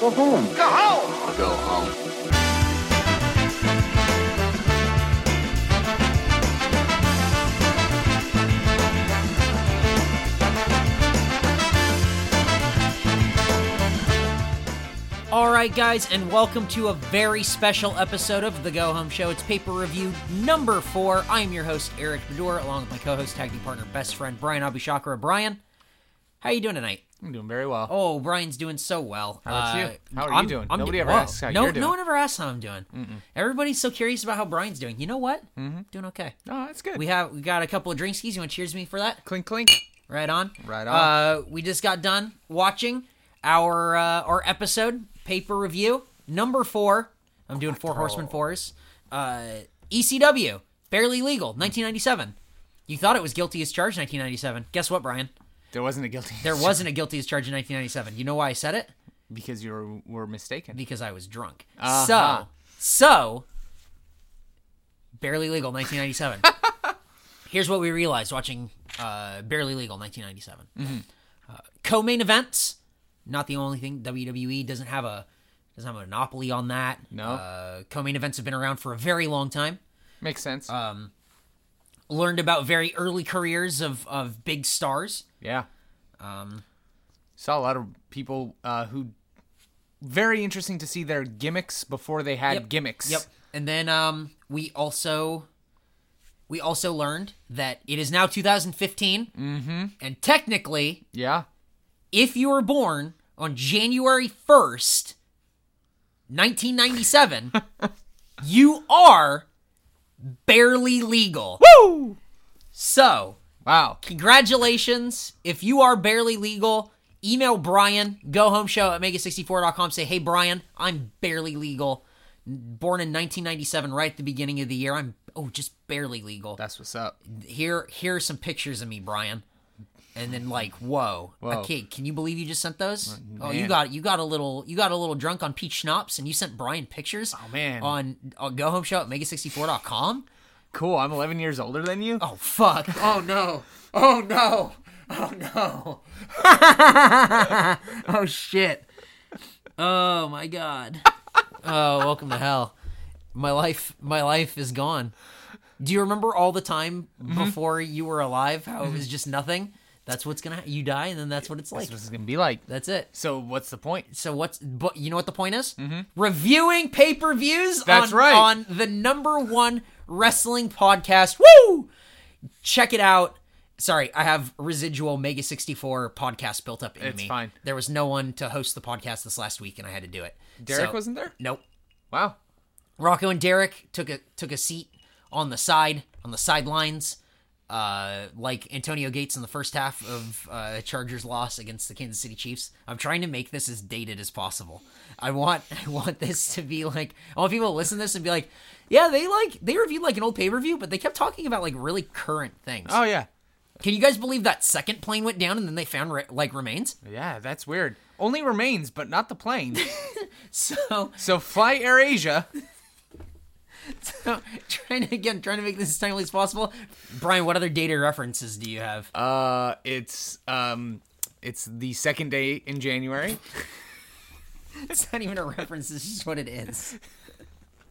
Go home. Go home! Go home. All right, guys, and welcome to a very special episode of The Go Home Show. It's paper review number four. I am your host, Eric Bedour, along with my co-host, tag team partner, best friend, Brian Abishakra. Brian, how you doing tonight? I'm doing very well. Oh, Brian's doing so well. Uh, How about you? How are you doing? Nobody ever asks how no, you're doing. No one ever asks how I'm doing. Everybody's so curious about how Brian's doing. You know what? Mm-hmm. Doing okay. Oh, that's good. We have we got a couple of drink skis. You want to cheers me for that? clink clink. Right on. Right Uh, we just got done watching our uh, our episode paper review number four. I'm doing four horseman fours. Uh, ECW barely legal 1997. You thought it was guilty as charged 1997. Guess what, Brian? There wasn't a guilty. There wasn't a guilty as charged in 1997. You know why I said it? because you were, were mistaken. Because I was drunk. Uh-huh. So so barely legal 1997. Here's what we realized watching uh, barely legal 1997. Mm-hmm. co-main events not the only thing WWE doesn't have a doesn't have a monopoly on that. No. uh, co-main events have been around for a very long time. Makes sense. uh, Learned about very early careers of of big stars. yeah. Um, saw a lot of people uh, who very interesting to see their gimmicks before they had gimmicks. Yep. And then um, we also we also learned that it is now 2015, mm-hmm. and technically, Yeah. if you were born on January 1st, 1997, you are barely legal. Woo! So, Wow. congratulations. If you are barely legal, email Brian, go home show at mega64.com. Say, hey, Brian, I'm barely legal. Born in 1997, right at the beginning of the year. I'm, oh, just barely legal. That's what's up. Here, here are some pictures of me, Brian. And then like, whoa, Whoa. okay, can you believe you just sent those? oh, you man. got you got a little you got a little drunk on peach schnapps, and you sent Brian pictures. Oh man. on, on go home show at mega64.com. Cool. I'm 11 years older than you. Oh fuck! Oh no! Oh no! Oh no! oh shit! Oh my god! Oh, welcome to hell. My life, my life is gone. Do you remember all the time before you were alive? How it was just nothing. That's what's gonna. You die, and then Mm-hmm. that's what it's like. That's what it's gonna be like. That's it. So what's the point? So what's? But you know what the point is? Reviewing pay per views. Mm-hmm. That's on, right. On the number one wrestling podcast. Woo! Check it out. Sorry, I have residual Mega sixty four podcast built up in It's me. fine. There was no one to host the podcast this last week, and I had to do it. Derek So- wasn't there. Nope. Wow. Rocco and Derek took a took a seat on the side on the sidelines, uh, like Antonio Gates in the first half of uh, Chargers loss against the Kansas City Chiefs. I'm trying to make this as dated as possible. I want I want this to be like I want people to listen to this and be like, yeah, they like they reviewed like an old pay per view, but they kept talking about like really current things. Oh yeah. Can you guys believe that second plane went down and then they found re- like remains? Yeah. That's weird. Only remains, but not the plane. So so fly AirAsia. trying to again trying to make this as timely as possible. Brian, what other dated references do you have? Uh, it's um, it's the second day in January. It's not even a reference. It's just what it is.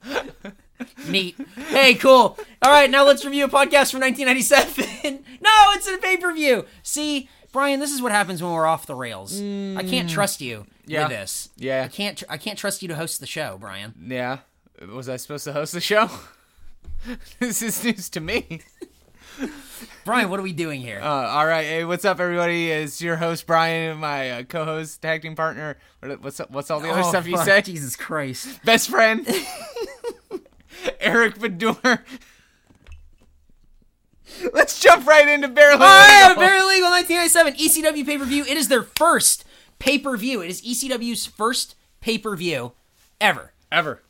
Neat. Hey, cool. All right, now let's review a podcast from 1997. no, it's a pay per view. See, Brian, this is what happens when we're off the rails. I can't trust you Mm. Yeah. with this. Yeah. I can't. Tr- I can't trust you to host the show, Brian. Yeah. Was I supposed to host the show? this is news to me. Brian, what are we doing here? Uh, all right. Hey, what's up, everybody? It's your host Brian and my uh, co-host, tag team partner. What- What's up? What's all the other Oh, stuff you fuck, said? Jesus Christ. Best friend, Eric Bedour. Let's jump right into barely. Ah, Legal. Barely Legal 1997 ECW pay per view. It is their first pay per view. It is ECW's first pay per view ever. Ever.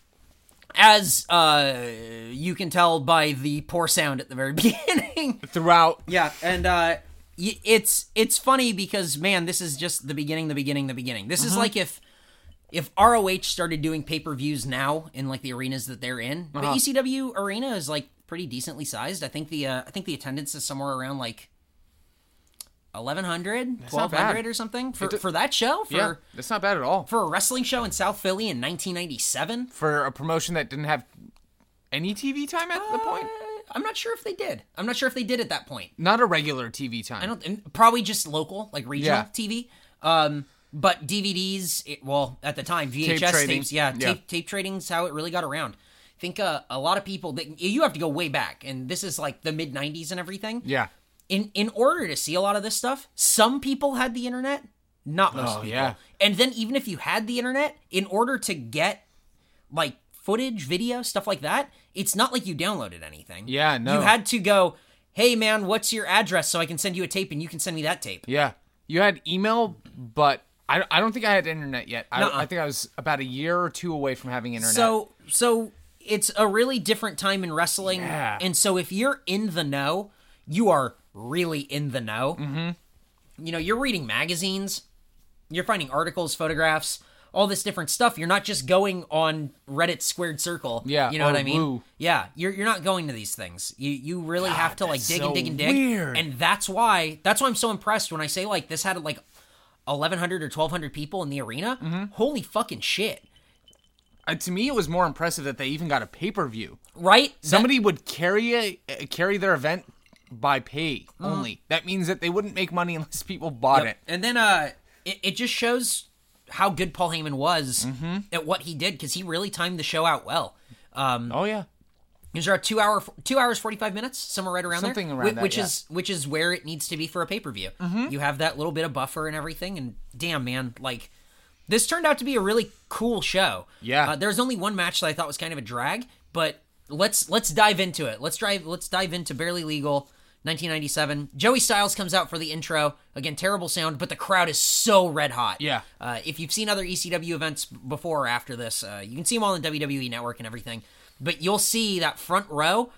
as uh, you can tell by the poor sound at the very beginning. Throughout. yeah, and uh, y- it's it's funny because man, this is just the beginning, the beginning, the beginning. This Uh-huh. is like if if ROH started doing pay per views now in like the arenas that they're in. Uh-huh. The ECW arena is like pretty decently sized. I think the uh, I think the attendance is somewhere around like 1100 not bad. 1200 or something for, It do- for that show for yeah, that's not bad at all for a wrestling show in South Philly in 1997. for a promotion that didn't have any TV time at the point. I'm not sure if they did. I'm not sure if they did at that point. Not a regular TV time. I don't and probably just local like regional Yeah. TV. Um but DVDs it, well at the time VHS trading. tapes yeah, Yeah. tape tape trading's how it really got around. I think uh, a lot of people that you have to go way back and this is like the mid 90s and everything. yeah. in in order to see a lot of this stuff, some people had the internet, not most people. Oh, yeah. And then even if you had the internet, in order to get like footage, video, stuff like that, it's not like you downloaded anything. Yeah, no. You had to go, "Hey man, what's your address so I can send you a tape and you can send me that tape." Yeah. You had email, but I, I don't think I had internet yet. Nuh-uh. I, I think I was about a year or two away from having internet. So so it's a really different time in wrestling. Yeah. And so if you're in the know, you are really in the know. Mm-hmm. You know, you're reading magazines, you're finding articles, photographs, all this different stuff. You're not just going on Reddit squared circle. Yeah, You know or what I mean? Woo. Yeah. You're you're not going to these things. You you really have to like that's dig so and dig and dig. weird. And that's why that's why I'm so impressed when I say like this had like 1100 or 1200 people in the arena. Mm-hmm. Holy fucking shit. Uh, to me, it was more impressive that they even got a pay per view. Right? That- Somebody would carry a, uh, carry their event by pay only. That means that they wouldn't make money unless people bought Uh-huh. Yep. it. And then uh, it, it just shows how good Paul Heyman was at what he did because he really timed the show out well. Um, Oh yeah, it was around two hour, two hours forty five minutes, somewhere right around Something there, around whi- that, which yeah. Mm-hmm. is which is where it needs to be for a pay per view. You have that little bit of buffer and everything, and damn man, like this turned out to be a really cool show. Yeah. uh, there was only one match that I thought was kind of a drag, but let's let's dive into it. Let's drive. Let's dive into Barely Legal. 1997. Joey Styles comes out for the intro. Again, terrible sound, but the crowd is so red hot. Yeah. Uh, if you've seen other ECW events before or after this, uh, you can see them all on the WWE Network and everything. But you'll see that front row;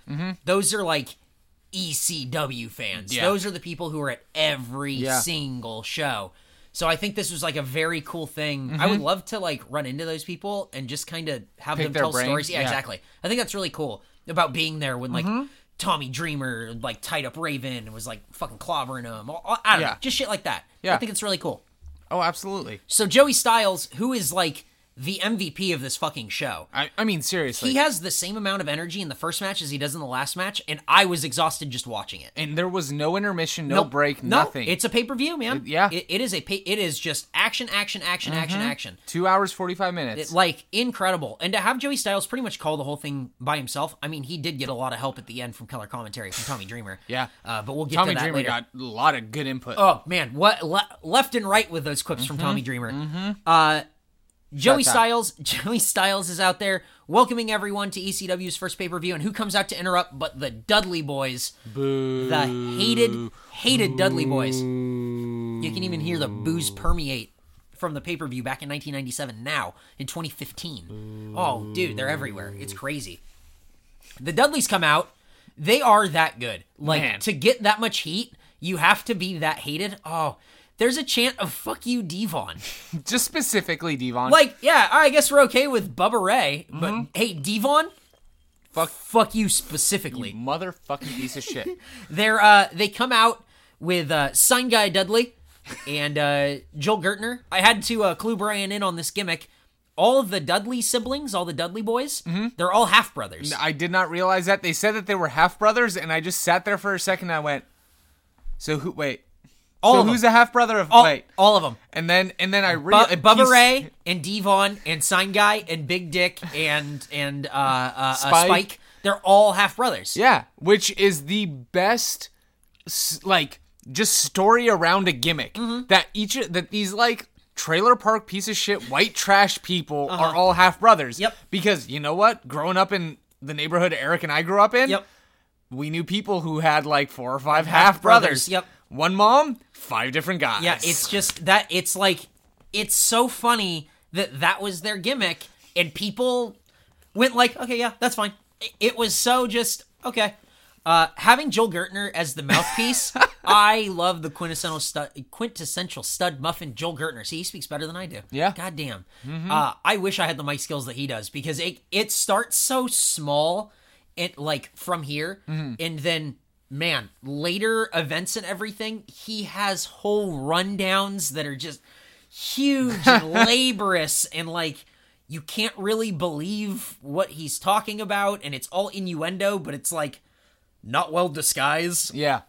those are like ECW fans. Mm-hmm. Yeah. Those are the people who are at every Yeah. single show. So I think this was like a very cool thing. I would love to like run into those people and just kind of have Mm-hmm. Pick them their tell brain. stories. Yeah, Yeah. Mm-hmm. exactly. I think that's really cool about being there when like Tommy Dreamer like tied up Raven and was like fucking clobbering him. I I don't know, Yeah. just shit like that. I Yeah. think it's really cool. oh absolutely. So Joey Styles, who is like the MVP of this fucking show, I, I mean seriously. he has the same amount of energy in the first match as he does in the last match, and I was exhausted just watching it. and there was no intermission, no No break, no, nothing. It's a pay per view, man. It- yeah. Mm-hmm. It- it is a pay, it is just action, action, action, action, action. two hours forty five minutes. Like incredible, and to have Joey Styles pretty much call the whole thing by himself. I mean, he did get a lot of help at the end from color commentary from Tommy Dreamer. Yeah. uh, but we'll get Tommy to that Dreamer later. got a lot of good input. Oh man, what le- left and right with those clips from Mm-hmm. Tommy Dreamer. Uh, Joey Shots out. Styles, Joey Styles is out there welcoming everyone to ECW's first pay per view, and who comes out to interrupt but the Dudley Boys, Boo. the hated, hated Dudley Boys. You can even hear the booze permeate from the pay per view back in 1997. Now in 2015, oh dude, they're everywhere. It's crazy. The Dudleys come out. They are that good. Like Man. to get that much heat, you have to be that hated. Oh, there's a chant of "fuck you, Devon." Just specifically Devon. Like, yeah, I guess we're okay with Bubba Ray, but hey, Devon, Mm-hmm. Fuck. fuck you specifically. motherfucking piece of shit. They're uh, they come out with uh, Sign Guy Dudley and uh, Joel Gertner. I had to uh, clue Brian in on this gimmick. All of the Dudley siblings, all the Dudley boys, Mm-hmm. they're all half brothers. I did not realize that they said that they were half brothers, and I just sat there for a second. and I went, "So who? Wait, All so of who's them. the half brother of? All, wait, all of them. and then and then I Bu- realized Bubba Ray and Devon and Sign Guy and Big Dick and and uh, uh, uh, Spike. Spike. They're all half brothers. yeah, which is the best, s- like just story around a gimmick Mm-hmm. that each that these like trailer park piece of shit white trash people are all half brothers. Uh-huh. Yep. Because you know what, growing up in the neighborhood Eric and I grew up in, Yep. we knew people who had like four or five half brothers. brothers, yep. One mom, five different guys. Yeah. It's just that it's like it's so funny that that was their gimmick and people went like, okay, yeah, that's fine. It, it was so just okay. Uh, having Joel Gertner as the mouthpiece, I love the quintessential stud, quintessential stud muffin Joel Gertner. See, he speaks better than I do. Yeah. God damn. Mm-hmm. Uh, I wish I had the mic skills that he does because Mm-hmm. it it starts so small, it like from here, and then man, later events and everything, he has whole rundowns that are just huge and laborious and like you can't really believe what he's talking about and it's all innuendo, but it's like not well disguised. Yeah.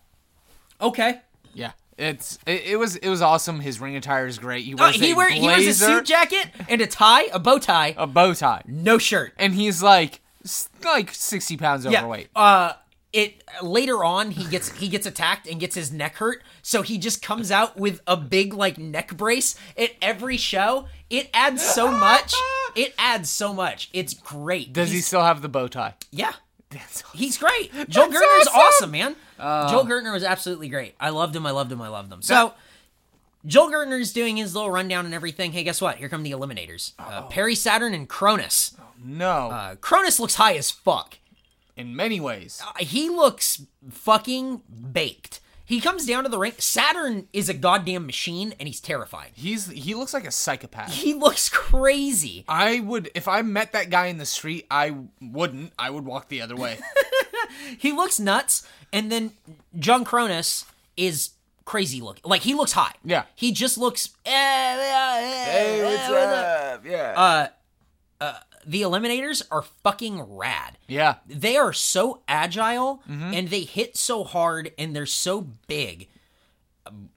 Okay. Yeah. It's it, it was it was awesome. His ring attire is great. He Uh, wears, he, a, wear, he wears a blazer, suit jacket and a tie, a bow tie, a bow tie, no shirt. and he's like s- like sixty pounds overweight. Uh it later on he gets he gets attacked and gets his neck hurt, so he just comes out with a big like neck brace at every show. It adds so much. It adds so much. It's great. Does he He's- still have the bow tie? Yeah. That's awesome. He's great. Joel That's Gertner's awesome! Oh. awesome, man. Joel Gertner was absolutely great. I loved him. I loved him. I loved him. So That- Joel Gertner's doing his little rundown and everything. Hey, guess what? Here come the eliminators. Uh, Perry Saturn and Cronus. No, Uh, Cronus looks high as fuck. in many ways. he looks fucking baked. He comes down to the ring. Saturn is a goddamn machine, and he's terrifying. He's he looks like a psychopath. He looks crazy. I would if I met that guy in the street, I wouldn't. I would walk the other way. He looks nuts. And then John Cronus is crazy looking. Like he looks hot. Yeah. He just looks. eh, eh, eh, eh, up? Yeah. The Eliminators are fucking rad. yeah. they are so agile and they hit so hard and they're so big.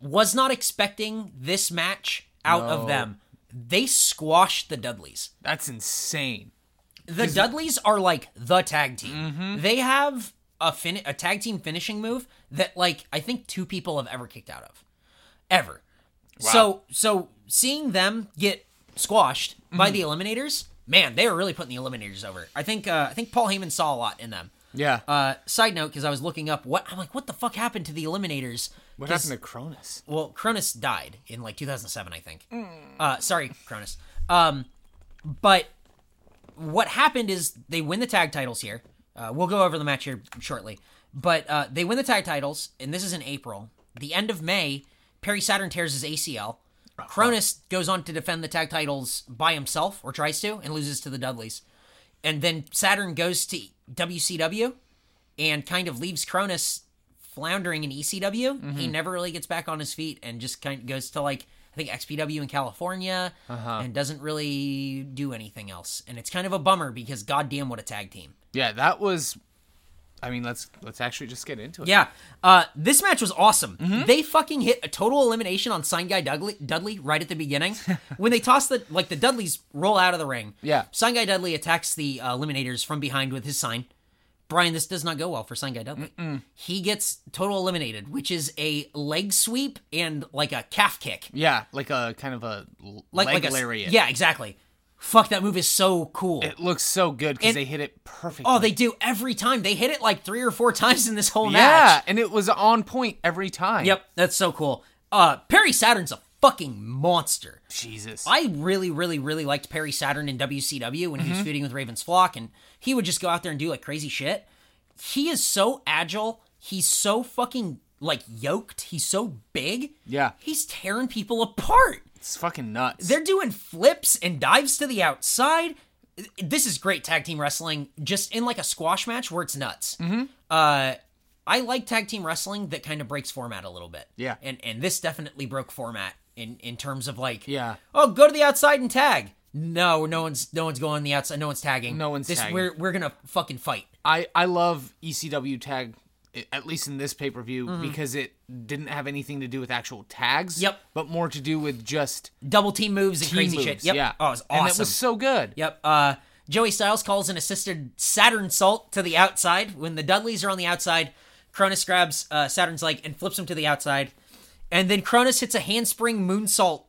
Was not expecting this match out of them. They squashed the Dudleys. That's insane. The Dudleys are like the tag team. They have a fin- a tag team finishing move that like I think two people have ever kicked out of, ever. So so seeing them get squashed by the Eliminators, man, they are really putting the Eliminators over. I think uh, I think Paul Heyman saw a lot in them. Yeah. Uh, side note, because I was looking up what I'm like, what the fuck happened to the Eliminators? what 'Cause- happened to Cronus? well, Cronus died in like 2007, I think. Uh, sorry, Cronus. Um, but what happened is they win the tag titles here. Uh, we'll go over the match here shortly. But uh, they win the tag titles, and this is in April. The end of May, Perry Saturn tears his ACL. Cronus goes on to defend the tag titles by himself, or tries to, and loses to the Dudleys. And then Saturn goes to WCW and kind of leaves Cronus floundering in ECW. He never really gets back on his feet and just kind of goes to like I think XPW in California and doesn't really do anything else. And it's kind of a bummer because goddamn, what a tag team! Yeah, that was. I mean, let's let's actually just get into it. Yeah, uh, this match was awesome. Mm-hmm. They fucking hit a total elimination on Sign Guy Dudley, Dudley right at the beginning when they toss the like the Dudleys roll out of the ring. Yeah. Sign Guy Dudley attacks the uh, Eliminators from behind with his sign. Brian, this does not go well for Sign Guy Dudley. He gets total eliminated, which is a leg sweep and like a calf kick, Yeah, like a kind of a l- like leg like a lariat. yeah, exactly. Fuck, that move is so cool. it looks so good because they hit it perfectly. oh, they do every time. They hit it like three or four times in this whole match. yeah, and it was on point every time. Yep, that's so cool. Uh, Perry Saturn's a fucking monster. Jesus. I really, really, really liked Perry Saturn in WCW when he was feuding with Raven's Flock, and he would just go out there and do like crazy shit. He is so agile. He's so fucking like yoked. He's so big. Yeah. He's tearing people apart. it's fucking nuts. They're doing flips and dives to the outside. This is great tag team wrestling, just in like a squash match where it's nuts. Mm-hmm. Uh, I like tag team wrestling that kind of breaks format a little bit. Yeah. and and this definitely broke format in in terms of like Yeah. oh go to the outside and tag. No, no one's no one's going the outside. No one's tagging. No one's this, tagging. We're we're gonna fucking fight. I I love ECW tag i- at least in this pay per view because it didn't have anything to do with actual tags. Mm-hmm. Yep. But more to do with just Double team moves and team crazy moves. shit. Yep. Yeah. Oh, it was awesome. And it was so good. Yep. Uh, Joey Styles calls an assisted Saturn salt to the outside. When the Dudleys are on the outside, Cronus grabs uh, Saturn's leg and flips him to the outside. And then Cronus hits a handspring moonsault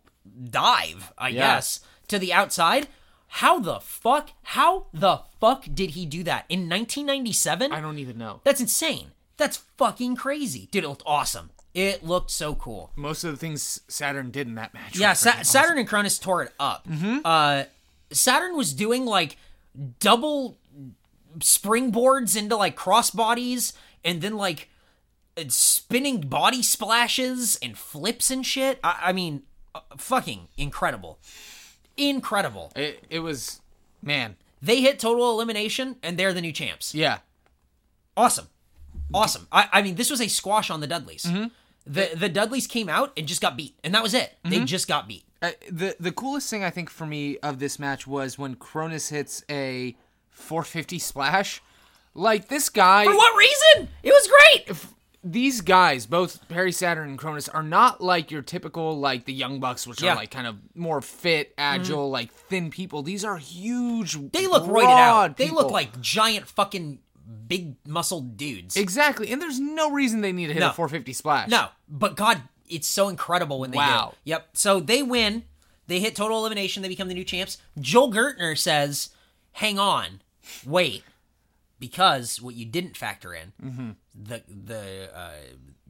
dive, I Yeah. guess, to the outside. How the fuck? How the fuck did he do that in 1997? I don't even know. That's insane. That's fucking crazy, dude. It looked awesome. It looked so cool. Most of the things Saturn did in that match. Yeah, were Sa- freaking Saturn and Cronus tore it up. Uh, Saturn was doing like double springboards into like crossbodies and then like uh, spinning body splashes and flips and shit. I, I mean, uh, fucking incredible. Incredible. awesome. It, it was, man. They hit total elimination and they're the new champs. Yeah. Awesome. awesome. I, I mean, this was a squash on the Dudleys. The the Dudleys came out and just got beat, and that was it. They just got beat. Uh, the the coolest thing I think for me of this match was when Cronus hits a 450 splash. Like this guy, For what reason? It was great. these guys, both Perry Saturn and Cronus, are not like your typical like the Young Bucks, which Yeah. Mm-hmm. are like kind of more fit, agile, like thin people. These are huge. They look roided out. They look like giant fucking big muscled dudes. exactly, and there's no reason they need to hit No. a 450 splash. No, but God, it's so incredible when they Wow. do. Yep. So they win. They hit total elimination. They become the new champs. Joel Gertner says, "Hang on, wait, because what you didn't factor in Mm-hmm. the the uh,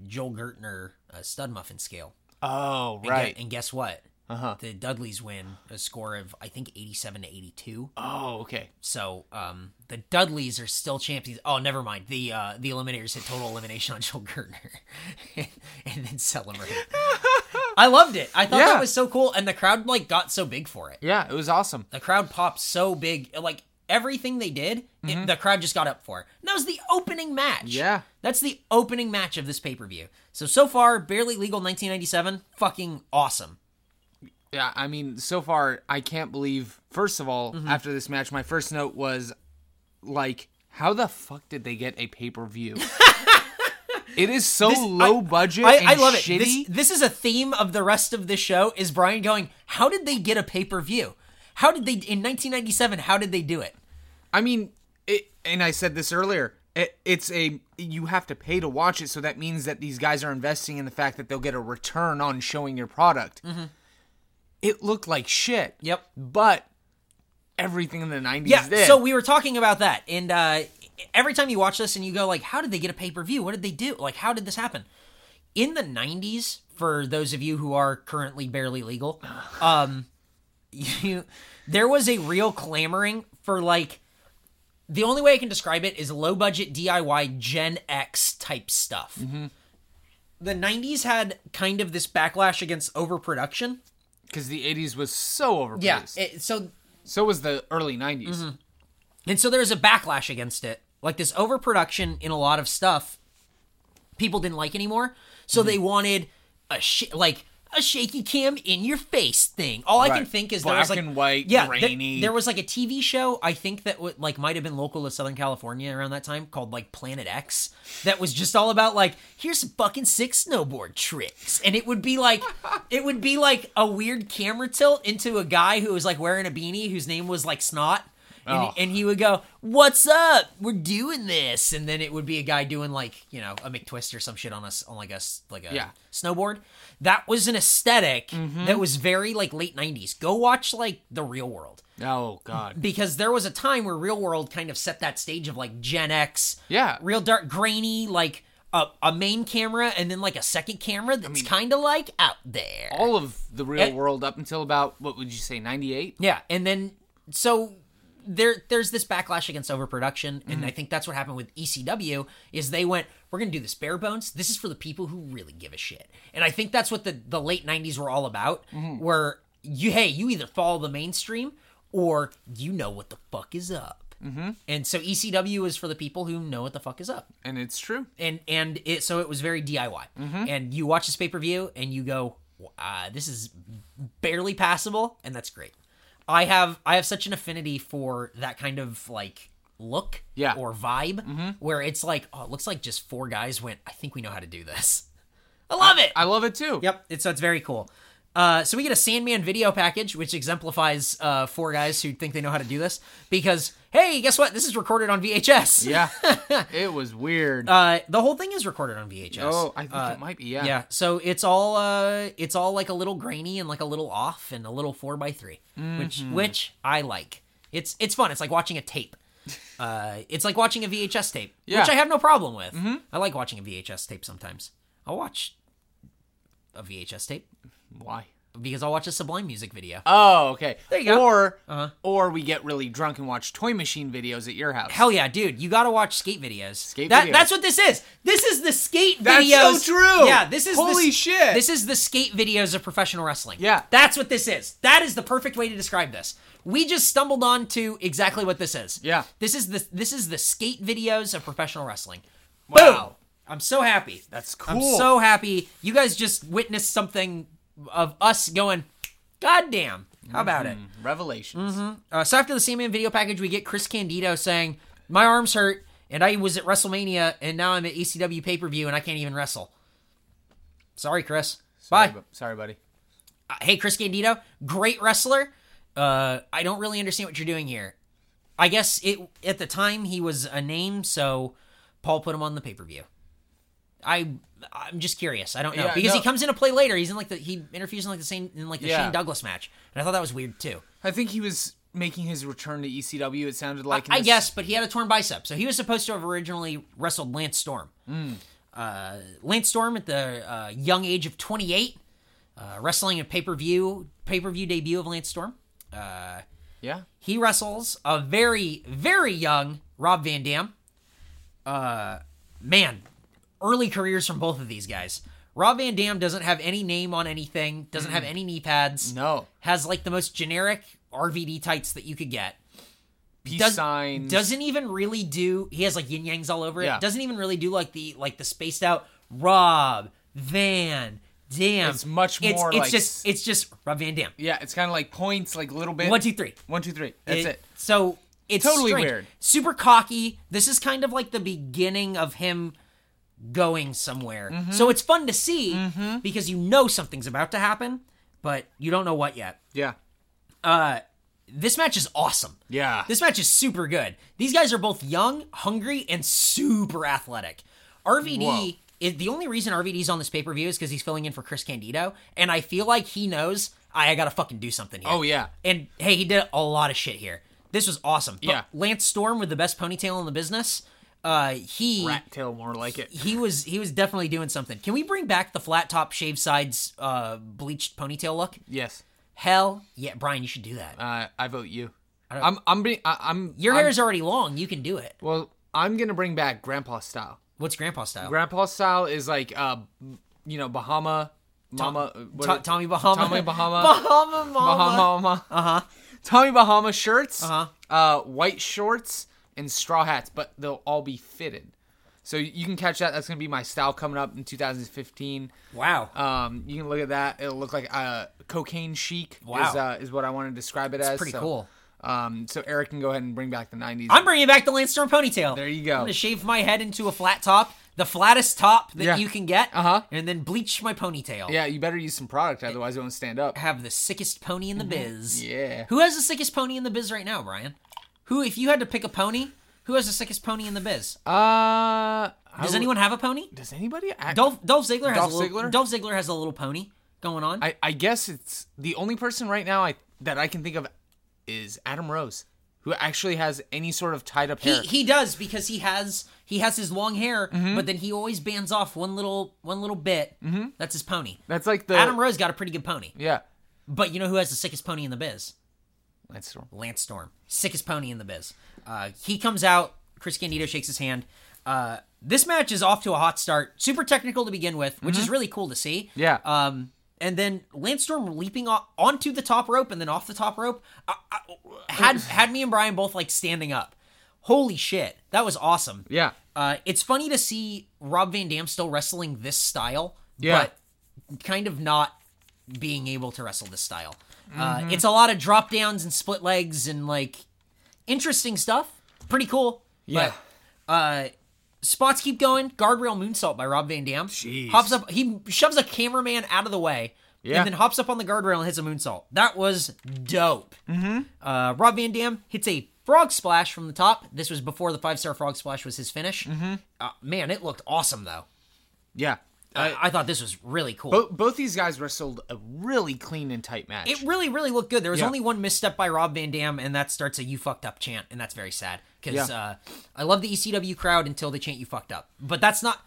Joel Gertner uh, stud muffin scale. Oh And gue- right. and guess what? Uh-huh. The Dudleys win a score of I think eighty-seven to eighty-two. Oh okay. So um, the Dudleys are still champions. Oh, never mind. The uh, the Eliminators hit total elimination on Joel Gertner, and then celebrate. I loved it. I thought Yeah. that was so cool, and the crowd like got so big for it. Yeah, it was awesome. The crowd popped so big, like everything they did, it- the crowd just got up for. it. And that was the opening match. Mm-hmm. Yeah. that's the opening match of this pay per view. So so far, barely legal 1997, fucking awesome. Yeah, I mean, so far I can't believe. First of all, Mm-hmm. after this match, my first note was like, "How the fuck did they get a pay per view?" it is so low budget. and I, I love it. Shitty. This, this is a theme of the rest of the show is Brian going, how did they get a pay-per-view? How did they in 1997? How did they do it? I mean, it, and I said this earlier. It, it's a you have to pay to watch it, so that means that these guys are investing in the fact that they'll get a return on showing your product. Mm-hmm. It looked like shit. Yep. But everything in the nineties Yeah. did. So we were talking about that, and uh, every time you watch this and you go like, how did they get a pay-per-view? What did they do? Like, how did this happen? In the 90s, for those of you who are currently barely legal, um, you there was a real clamoring for like. The only way I can describe it is low budget DIY Gen X type stuff. the 90s had kind of this backlash against overproduction. because the eighties was so overproduced. It- so so was the early 90s Mm-hmm. and so there was a backlash against it. Like this overproduction in a lot of stuff people didn't like anymore. So Mm-hmm. they wanted a sh- like a shaky cam in your face thing. All I can Right. think is there Black was like and white, yeah, there- grainy. there was like a TV show I think that w- like might have been local to Southern California around that time called like Planet X that was just all about like here's some fucking sick snowboard tricks and it would be like it would be like a weird camera tilt into a guy who was like wearing a beanie whose name was like Snot. And, Oh. and he would go, "What's up? We're doing this." And then it would be a guy doing like you know a McTwist or some shit on us on like us like a Yeah. Mm-hmm. snowboard. That was an aesthetic that was very like late '90s. Go watch like the Real World oh god because there was a time where Real World kind of set that stage of like Gen X, Yeah. real dark, grainy, like a, a main camera and then like a second camera that's kind of like out there. all of the real Eh. world up until about what would you say 98 Yeah, and then so there there's this backlash against overproduction, and I think that's what happened with ECW is they went, we're gonna do this bare bones. This is for the people who really give a shit, and I think that's what the the late '90s were all about, where you hey you either follow the mainstream or you know what the fuck is up. Mm-hmm. And so ECW is for the people who know what the fuck is up and it's true and and it so it was very DIY. Mm-hmm. And you watch this pay per view and you go, uh, "This is barely passable," and that's great. I have I have such an affinity for that kind of like look Yeah. Mm-hmm. or vibe where it's like, oh, it looks like just four guys went. I think we know how to do this. I love it. i love it too Yep, it's so it's very cool. Uh, so we get a Sandman video package, which exemplifies uh, four guys who think they know how to do this. Because hey, guess what? This is recorded on VHS. yeah it was weird Uh, the whole thing is recorded on VHS. oh i think Uh, it might be yeah. yeah, So it's all uh, it's all like a little grainy and like a little off and a little four by 3 which which I like. It's it's fun. It's like watching a tape. Uh, it's like watching a VHS tape, Yeah. which I have no problem with. I like watching a VHS tape sometimes. I'll watch a VHS tape why because I'll watch a Sublime music video. oh okay there you go. Uh-huh. or or we get really drunk and watch toy machine videos at your house Hell yeah, dude! You gotta watch skate videos. Skate that, videos. That's what this is. This is the skate That's videos. so true. Yeah, this is the- Holy shit. This is the skate videos of professional wrestling. Yeah. that's what this is. That is the perfect way to describe this. We just stumbled on to exactly what this is. Yeah. this is the this is the skate videos of professional wrestling. Boom! I'm so happy. That's I'm cool. so happy. You guys just witnessed something of us going, God damn. How about Mm-hmm. it? Revelations. Uh, so after the Sandman video package, we get Chris Candido saying, "My arms hurt, and I was at WrestleMania, and now I'm at E ECW pay per view, and I can't even wrestle." Sorry, Chris. Bye. Sorry, bu- sorry, buddy. Uh, hey, Chris Candido, great wrestler. Uh, I don't really understand what you're doing here. I guess it at the time he was a name, so Paul put him on the pay per view. I I'm just curious. I don't know Yeah, because he no. comes into play later. He's in like the he interviews in like the same in like the Yeah. Shane Douglas match, and I thought that was weird too. I think he was making his return to ECW. It sounded like. in I this- guess, but he had a torn bicep, so he was supposed to have originally wrestled Lance Storm. Hmm. Uh, Lance Storm at the uh, young age of 28, uh, wrestling a pay per view pay per view debut of Lance Storm. Yeah. He wrestles a very very young Rob Van Dam. Uh, man, early careers from both of these guys. Rob Van Dam doesn't have any name on anything. Doesn't have any knee pads. Hmm. No. has like the most generic RVD tights that you could get Peace does, signs. doesn't even really do he has like yin yangs all over it Yeah. doesn't even really do like the like the spaced out rob van dam It's much it's, more it's like- just it's just rob van dam Yeah, it's kind of like points, like little bit. one two three One, two, three. That's it. so it's Totally strange. weird. super cocky this is kind of like the beginning of him going somewhere Mm-hmm. so it's fun to see because you know something's about to happen but you don't know what yet Yeah. uh this match is awesome Yeah. this match is super good. These guys are both young, hungry, and super athletic. RVD Whoa. is the only reason RVD's on this pay per view is because he's filling in for Chris Candido, and I feel like he knows I, I gotta fucking do something here. Oh, yeah. And hey, he did a lot of shit here. This was awesome. But Yeah. Lance Storm with the best ponytail in the business. Uh, he Rat tail, more like it. he was he was definitely doing something. Can we bring back the flat top, shave sides, uh, bleached ponytail look? Yes. Hell yeah, Brian, you should do that. Uh, I vote you. I'm. I'm. Being, I, I'm. Your I'm, hair is already long. You can do it. Well, I'm gonna bring back Grandpa style. What's grandpa style? Grandpa style is like, uh, you know, Bahama, Mama, what To- are- Tommy Bahama. Tommy Bahama. Bahama Mama. Uh-huh. Bahama. Uh huh. Tommy Bahama shirts, uh-huh. uh, white shorts, and straw hats, but they'll all be fitted. So you can catch that. That's gonna be my style coming up in 2015. Wow. Um, you can look at that. It'll look like uh, cocaine chic. Wow. is, uh, is what I want to describe it as. pretty So, cool. Um, so Eric can go ahead and bring back the 90s. I'm bringing back the Lance Storm ponytail. There you go. I'm going to shave my head into a flat top, the flattest top that Yeah. you can get, Uh-huh. and then bleach my ponytail. yeah, you better use some product, otherwise it won't stand up. Have the sickest pony in the biz. Mm-hmm. Yeah. Who has the sickest pony in the biz right now, Brian? Who, if you had to pick a pony, who has the sickest pony in the biz? Uh, Does anyone have a pony? Does anybody? I, Dolph, Dolph Ziggler has Dolph a little, Ziggler? Dolph Ziggler has a little pony going on. I, I guess it's the only person right now I that I can think of is Adam Rose, who actually has any sort of tied up He hair. he does because he has he has his long hair, Mm-hmm. but then he always bands off one little one little bit. Mm-hmm. That's his pony. That's like the Adam Rose got a pretty good pony, yeah. but you know who has the sickest pony in the biz? That's the- Lance Storm, sickest pony in the biz. Uh, he comes out. Chris Candido shakes his hand. Uh, this match is off to a hot start. Super technical to begin with, which is really cool to see. Mm-hmm. Yeah. Um, and then Lance Storm leaping o- onto the top rope and then off the top rope I, I, had had me and Brian both like standing up. Holy shit, that was awesome. Yeah. Uh, it's funny to see Rob Van Dam still wrestling this style, Yeah. but kind of not being able to wrestle this style. Mm-hmm. Uh, it's a lot of drop downs and split legs and like interesting stuff. Pretty cool. Yeah. But, uh, spots keep going. Guardrail moonsault by Rob Van Dam. Jeez. Hops up. He shoves a cameraman out of the way. Yeah. And then hops up on the guardrail and hits a moonsault. That was dope. Mm-hmm. Uh, Rob Van Dam hits a frog splash from the top. This was before the five star frog splash was his finish. Mm-hmm. Uh, man, it looked awesome though. yeah. I, I thought this was really cool. Bo- both these guys wrestled a really clean and tight match. it really, really looked good. There was Yeah. only one misstep by Rob Van Dam, and that starts a "you fucked up" chant, and that's very sad because Yeah. uh, I love the ECW crowd until they chant "you fucked up," but that's not.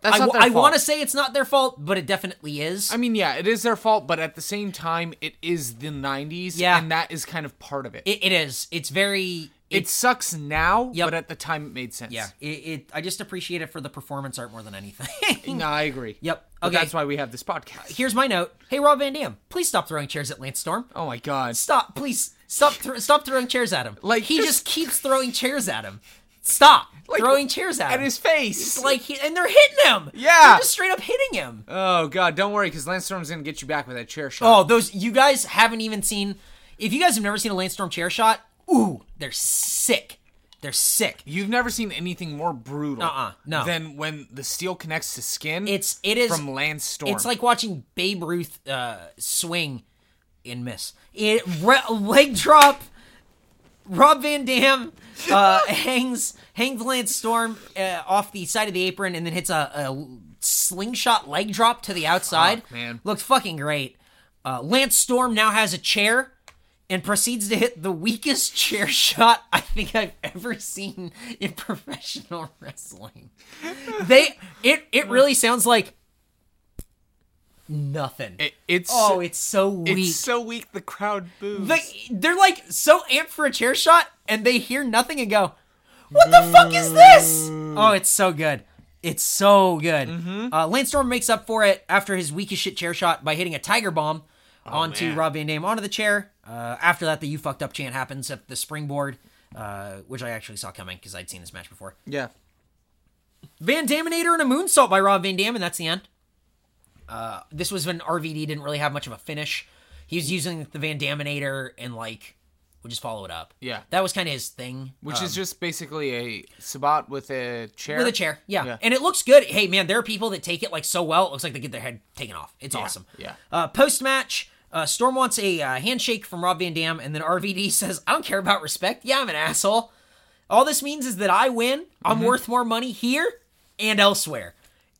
That's I, not their want to fault. say it's not their fault, but it definitely is. I mean, yeah, it is their fault, but at the same time, it is the 90s, Yeah. and that is kind of part of it. It, it, it is. It's very. it's sucks now, Yep. but at the time, it made sense. yeah. It, it. I just appreciate it for the performance art more than anything. No, I agree. Yep. But Okay. that's why we have this podcast. Here's my note. Hey, Rob Van Dam, please stop throwing chairs at Lance Storm. Oh my god. Stop, please. Stop, thr stop throwing chairs at him. Like, he just- just keeps throwing chairs at him. Stop throwing chairs at, at him. his face. It's like he, and they're hitting him. Yeah. they're just straight up hitting him. oh god, don't worry, because Lance Storm's gonna get you back with that chair shot. Oh, those you guys haven't even seen. If you guys have never seen a Lance Storm chair shot, ooh, they're sick. They're sick. You've never seen anything more brutal Uh-uh, no. than when the steel connects to skin. It's it is from Lance Storm. It's like watching Babe Ruth uh, swing and miss. It re- leg drop. Rob Van Dam uh, hangs hangs Lance Storm uh, off the side of the apron and then hits a, a slingshot leg drop to the outside. Fuck, man. looked fucking great. Uh, Lance Storm now has a chair and proceeds to hit the weakest chair shot I think I've ever seen in professional wrestling. They it it really sounds like nothing. It- it's oh, it's so weak. it's so weak the crowd boos. They they're like so amped for a chair shot, and they hear nothing and go, "What the fuck is this?" Oh, it's so good. It's so good. Mm-hmm. Uh, Lance Storm makes up for it after his weakest shit chair shot by hitting a tiger bomb onto Oh, man. Rob Van Dam onto the chair. Uh, after that, the "you fucked up" chant happens at the springboard, uh, which I actually saw coming because I'd seen this match before. yeah. Van Daminator and a moonsault by Rob Van Dam, and that's the end. Uh, this was when RVD didn't really have much of a finish. He was using the Van Daminator and like would just follow it up. Yeah. that was kind of his thing. Which is just basically a sabat with a chair. Um. With a chair, yeah. Yeah. and it looks good. Hey, man, there are people that take it like so well. It looks like they get their head taken off. It's awesome. yeah. Uh, Post match, uh, Storm wants a uh, handshake from Rob Van Dam, and then RVD says, "I don't care about respect. Yeah, I'm an asshole. All this means is that I win. I'm Mm-hmm. worth more money here and elsewhere."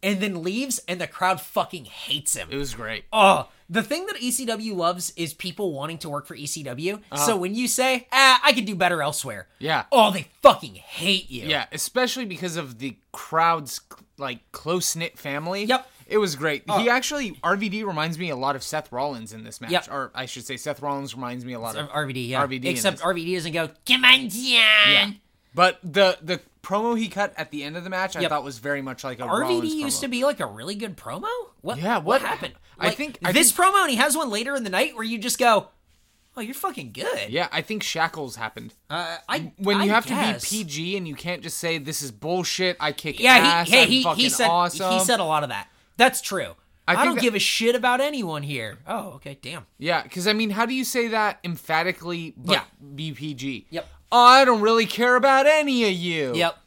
And then leaves, and the crowd fucking hates him. It was great. Oh, the thing that ECW loves is people wanting to work for ECW. So when you say, ah, I could do better elsewhere, Uh-huh. Yeah. oh, they fucking hate you. Yeah, especially because of the crowd's like close knit family. Yep. Uh, It was great. He actually RVD reminds me a lot of Seth Rollins in this match. Yep. Or I should say Seth Rollins reminds me a lot Of of RVD, yeah. RVD in Except this. RVD doesn't go, come on, Yeah. John. But the the promo he cut at the end of the match I Yep. thought was very much like a RVD Rollins used promo. to be like a really good promo. What? Yeah, What, what- happened? I Like, think- I this promo, and he has one later in the night where you just go, "Oh, you're fucking good." Yeah, I think shackles happened. Uh, I when I you have guess. to be PG and you can't just say this is bullshit, I kick Yeah, ass, he, hey, I'm he, fucking he said awesome. he said a lot of that. That's true. I, I think don't that- give a shit about anyone here. Oh, okay, damn. Yeah, because I mean, how do you say that emphatically? But Yeah. BPG. Yep. "Oh, I don't really care about any of you. Yep.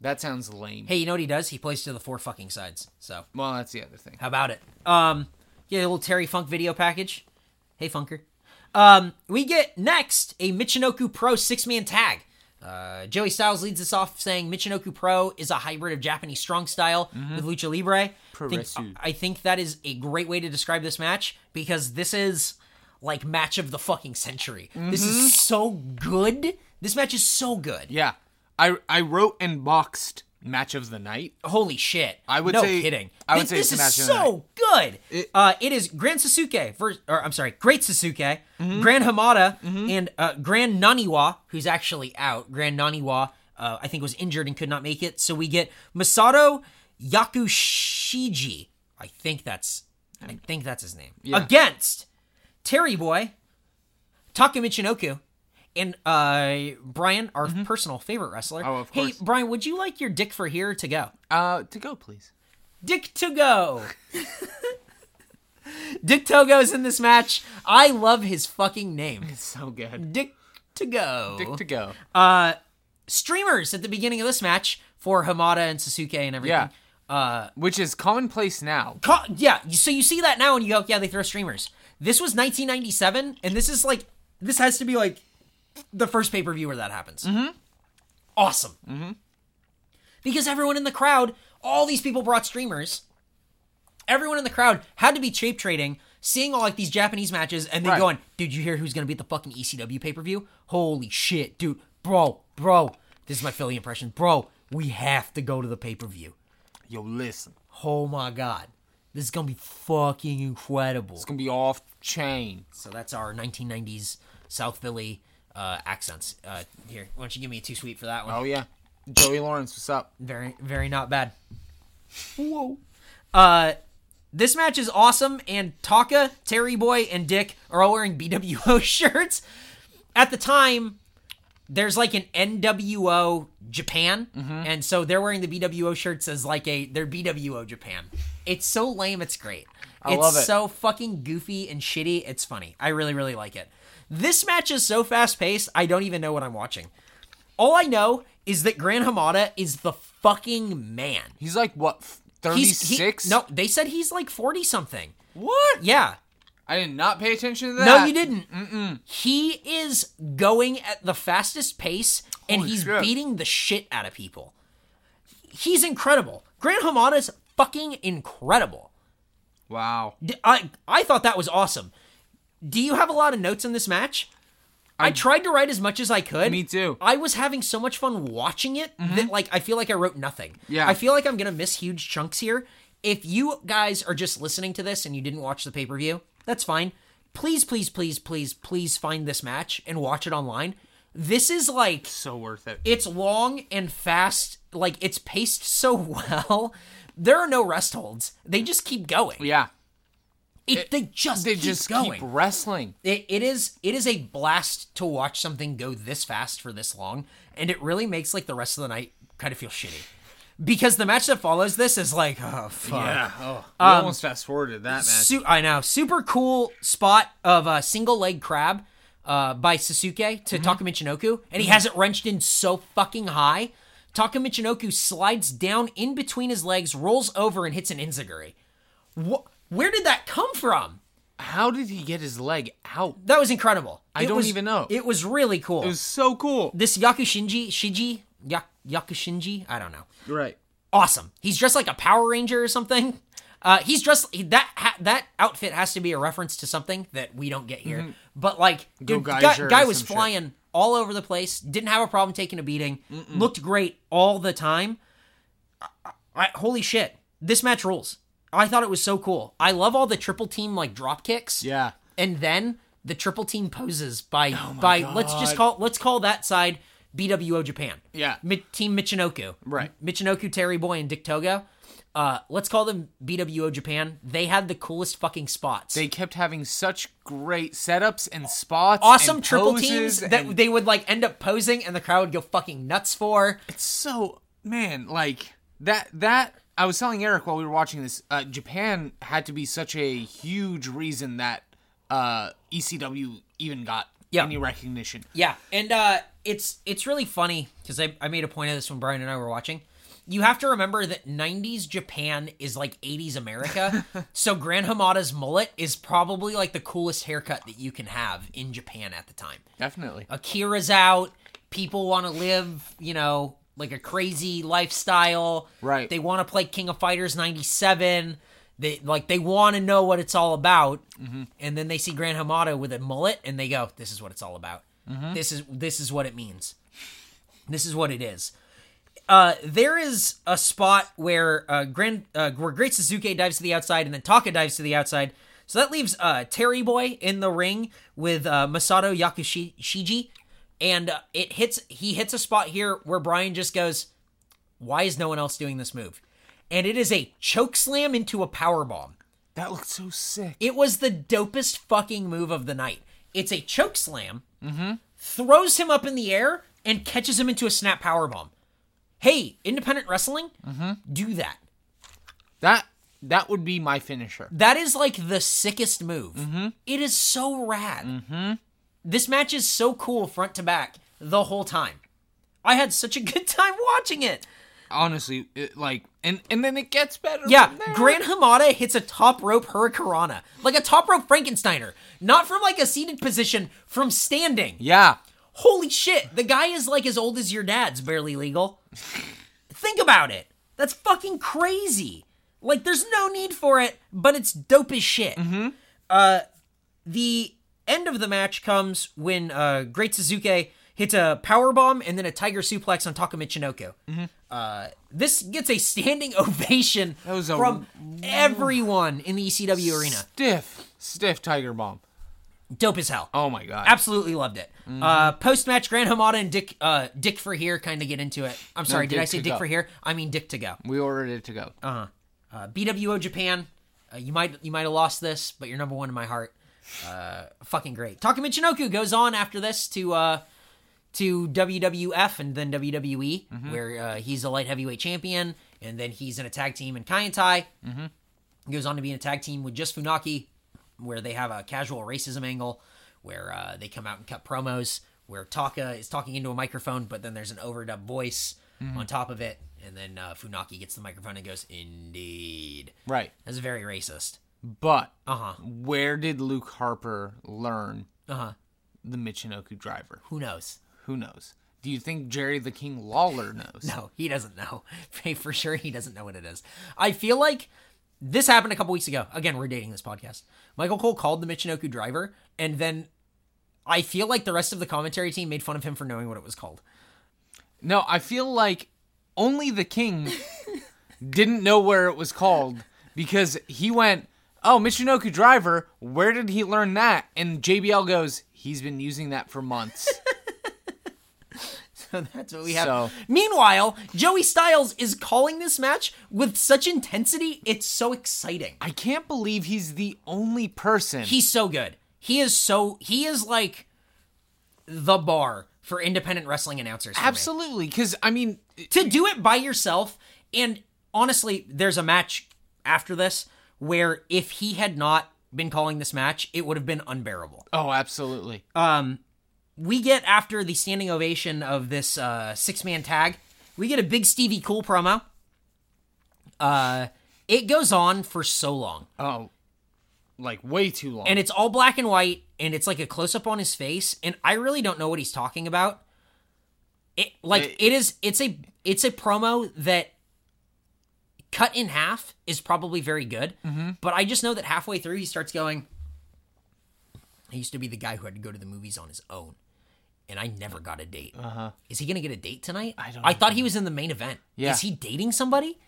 That sounds lame. Hey, you know what he does? He plays to the four fucking sides. So Well, that's the other thing. how about it? Um, yeah, a little Terry Funk video package. Hey, Funker. Um, we get next a Michinoku Pro six man tag. Uh, Joey Styles leads us off saying Michinoku Pro is a hybrid of Japanese strong style with lucha libre. Mm-hmm. Pro think- wrestling. I think that is a great way to describe this match because this is like match of the fucking century. This Mm-hmm. is so good. This match is so good. Yeah, I I wrote and boxed match of the night. Holy shit! I would no say- kidding. I would This- say this it's the is match of the so good. It- uh, it is Grand Sasuke versus, or I'm sorry, Great Sasuke, Mm-hmm. Grand Hamada, and uh, Grand Naniwa, who's actually out. Grand Naniwa, uh, I think, was injured and could not make it. So we get Masato Yakushiji. I think that's, I think that's his name. Against Terry Boy, Taka Michinoku. And uh, Brian, our personal favorite wrestler. Mm-hmm. Oh, of hey, course. Brian, would you like your dick for here to go? Uh, to go please. Dick to go. Dick Togo's in this match. I love his fucking name. It's so good. Dick to go. Dick to go. Streamers at the beginning of this match for Hamada and Sasuke and everything. yeah. Uh, which is commonplace now. Co- yeah. So you see that now and you go, yeah, they throw streamers. This was 1997, and this is like, this has to be like the first pay per view where that happens. Mm-hmm. Awesome. Mm-hmm. Because everyone in the crowd, all these people brought streamers. Everyone in the crowd had to be shape trading, seeing all like these Japanese matches, and then Right. going, dude, you hear who's going to be at the fucking E ECW pay per view? Holy shit, dude, bro, bro. This is my Philly impression, bro. We have to go to the pay per view. Yo, listen, Oh my god. This is gonna be fucking incredible. it's gonna be off chain. So that's our 1990s South Philly uh, accents. Uh, here, why don't you give me a two sweet for that one? Oh yeah, Joey Lawrence, what's up? Very, very not bad. Whoa. Uh, this match is awesome, and Taka, Terry Boy, and Dick are all wearing BWO shirts. At the time, there's like an NWO Japan, Mm-hmm. and so they're wearing the BWO shirts as like a they're BWO Japan. It's so lame, it's great. it's love it. so fucking goofy and shitty. It's funny. I really, really like it. This match is so fast paced. I don't even know what I'm watching. All I know is that Gran Hamada is the fucking man. He's like what thirty He's he- six? no, they said he's like forty something. What? Yeah, I did not pay attention to that. no, you didn't. He is going at the fastest pace, and Holy he's shit. beating the shit out of people. He's incredible. Grant Hamada's fucking incredible. Wow. D- I I thought that was awesome. Do you have a lot of notes in this match? I, tried to write as much as I could. Me too. Mm-hmm. I was having so much fun watching it that like I feel like I wrote nothing. Yeah. I feel like I'm gonna miss huge chunks here. If you guys are just listening to this and you didn't watch the pay per view, that's fine. Please, please, please, please, please find this match and watch it online. This is like So worth it. it's long and fast. Like it's paced so well. There are no rest holds. They just keep going. yeah. It, they just They keep just going. keep wrestling. It, it is it is a blast to watch something go this fast for this long, and it really makes like the rest of the night kind of feel shitty, because the match that follows this is like oh fuck. Oh, we almost fast forwarded that match. Su- I know. Super cool spot of a single leg crab uh, by Sasuke to Takamichinoku, and he has it wrenched in so fucking high. Takamichinoku slides down in between his legs, rolls over, and hits an enziguri. Wh- where did that come from? How did he get his leg out? That was incredible. I don't even know. It was really cool. It was so cool. this Yakushinji, Shiji, Yak, Yakushinji, I don't know. Right. Awesome. He's dressed like a Power Ranger or something. Uh, he's dressed he- that ha- that outfit has to be a reference to something that we don't get here. But like, dude, guy, Mm-hmm. Geyser or guy was some shit. flying all over the place. Didn't have a problem taking a beating. Looked great all the time. I, I- holy shit, this match rules. I thought it was so cool. I love all the triple team like drop kicks Yeah. Oh and then the triple team poses by by let's just call let's call that side BWO Japan. Yeah. Mi- team Michinoku. Right. Michinoku, Terry Boy, and Dick Togo. Uh, let's call them BWO Japan. They had the coolest fucking spots. They kept having such great setups and spots. awesome and triple poses teams that and- they would like end up posing and the crowd would go fucking nuts for. so man, like that that I was telling Eric while we were watching this, uh, Japan had to be such a huge reason that uh, ECW even got Yeah. any recognition. Yeah, and uh, it's it's really funny because I, I made a point of this when Brian and I were watching. You have to remember that '90s Japan is like '80s America, so Gran Hamada's mullet is probably like the coolest haircut that you can have in Japan at the time. Definitely. Akira's out. People want to live, you know, like a crazy lifestyle. Right. They want to play King of Fighters '97. They like they want to know what it's all about, and then they see Gran Hamada with a mullet, and they go, "This is what it's all about. This is this is what it means. This is what it is." Uh, there is a spot where uh, Grand, uh, where Great Suzuki dives to the outside, and then Taka dives to the outside. So that leaves uh, Terry Boy in the ring with uh, Masato Yakushiji, and uh, it hits. He hits a spot here where Brian just goes, "Why is no one else doing this move?" And it is a choke slam into a power bomb. That looked so sick. It was the dopest fucking move of the night. It's a choke slam, throws him up in the air, and catches him into a snap power bomb. Hey, independent wrestling, do that. That that would be my finisher. That is like the sickest move. It is so rad. This match is so cool front to back the whole time. I had such a good time watching it. Honestly, it, like and and then it gets better. Yeah, from there. Gran Hamada hits a top rope hurricanrana, like a top rope Frankensteiner, not from like a seated position, from standing. Yeah. Holy shit, the guy is like as old as your dad's, barely legal. Think about it. That's fucking crazy. Like, there's no need for it, but it's dope as shit. Uh, Mm-hmm. the end of the match comes when uh, Great Suzuki hits a power bomb and then a tiger suplex on Taka Michinoku. Mm-hmm. Uh, this gets a standing ovation was a- from everyone in the ECW arena. Stiff, stiff tiger bomb. Dope as hell. Oh my god. Absolutely loved it. Mm-hmm. Uh, Post match, Gran Hamada and Dick uh, Dick for here kind of get into it. I'm sorry, did Dick I say to Dick go. Mm. for here? I mean Dick to go. we ordered it to go. Uh, BWO Japan, uh, you might you might have lost this, but you're number one in my heart. Uh, fucking great. Taka Michinoku goes on after this to uh, to WWF and then WWE, Mm-hmm. where uh, he's a light heavyweight champion, and then he's in a tag team in Kai and Tai. He goes on to be in a tag team with Just Funaki, where they have a casual racism angle, where uh, they come out and cut promos, where Taka is talking into a microphone, but then there's an overdub voice on top of it, and then uh, Funaki gets the microphone and goes, "Indeed." Right. That's very racist. But Uh huh. where did Luke Harper learn Uh huh. the Michinoku driver? Who knows? Who knows? Do you think Jerry the King Lawler knows? No, he doesn't know. For sure, he doesn't know what it is. I feel like this happened a couple weeks ago. Again, we're dating this podcast. Michael Cole called the Michinoku driver, and then I feel like the rest of the commentary team made fun of him for knowing what it was called. No, I feel like only the king didn't know where it was called because he went, Oh, Michinoku Driver, where did he learn that? And JBL goes, He's been using that for months. So that's what we have. So- Meanwhile, Joey Styles is calling this match with such intensity. It's so exciting. I can't believe he's the only person. He's so good. He is so he is like the bar for independent wrestling announcers. for me. Absolutely, because I mean, to do it by yourself and honestly there's a match after this where if he had not been calling this match it would have been unbearable oh, absolutely. we get after the standing ovation of this uh, six man tag we get a big stevie cool promo uh, it goes on for so long oh, like way too long. and it's all black and white and it's like a close up on his face and I really don't know what he's talking about. It like It- it is it's a it's a promo that cut in half is probably very good, Mm-hmm. but I just know that halfway through he starts going I used to be the guy who had to go to the movies on his own and I never got a date. Uh-huh. Is he going to get a date tonight? I don't I thought he was in the main event. Yeah. Is he dating somebody?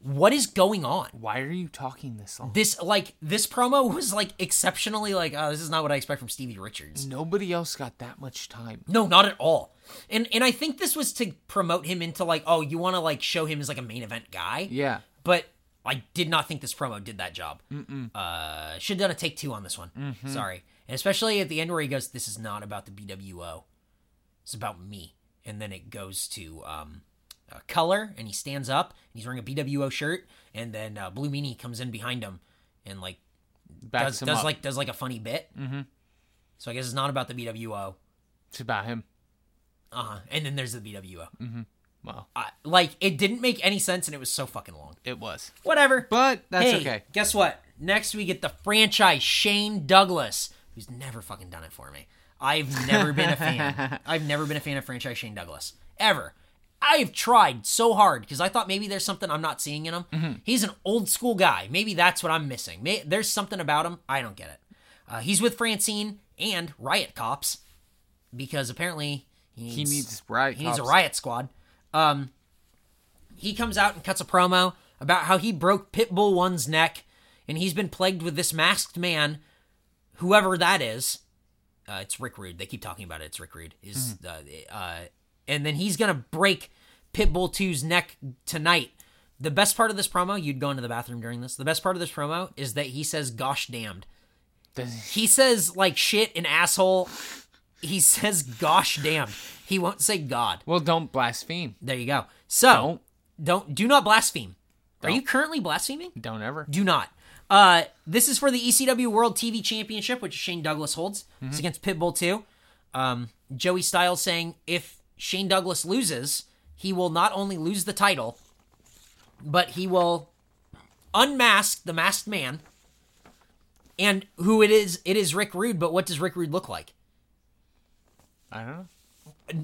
What is going on? Why are you talking this long? this like this promo was like exceptionally like oh this is not what I expect from Stevie Richards. Nobody else got that much time. No, not at all. And and I think this was to promote him into like oh you want to like show him as like a main event guy. Yeah. But I did not think this promo did that job. Uh, should have done a take two on this one. Sorry, and especially at the end where he goes, "This is not about the BWO. It's about me." And then it goes to um, uh, color, and he stands up, and he's wearing a BWO shirt, and then uh, Blue Meanie comes in behind him, and like Backs does, him does up. like does like a funny bit. Mm-hmm. So I guess it's not about the BWO. it's about him. Uh huh. And then there's the BWO. Well, I- like it didn't make any sense, and it was so fucking long. it was. Whatever. But that's Hey, okay. Guess what? Next we get the franchise Shane Douglas, who's never fucking done it for me. I've never been a fan. I've never been a fan of franchise Shane Douglas ever. I've tried so hard because I thought maybe there's something I'm not seeing in him. Mm-hmm. He's an old school guy. Maybe that's what I'm missing. May- there's something about him. I don't get it. Uh, he's with Francine and Riot Cops because apparently he needs, He needs right. he needs a riot squad. Um, he comes out and cuts a promo about how he broke Pitbull One's neck, and he's been plagued with this masked man, whoever that is. Uh, it's Rick Rude. They keep talking about it. It's Rick Rude. Is uh, uh, and then he's gonna break Pitbull 2's neck tonight. The best part of this promo, you'd go into the bathroom during this. The best part of this promo is that he says "gosh damned." He says like shit and asshole. He says "gosh damned." He won't say God. Well, don't blaspheme. There you go. So Don't. don't don't do not blaspheme. Are you currently blaspheming? Don't ever. Do not. Uh, this is for the ECW World TV Championship, which Shane Douglas holds. Mm-hmm. It's against Pitbull too. Um, Joey Styles saying if Shane Douglas loses, he will not only lose the title, but he will unmask the masked man. And who it is? It is Rick Rude. But what does Rick Rude look like? I don't know.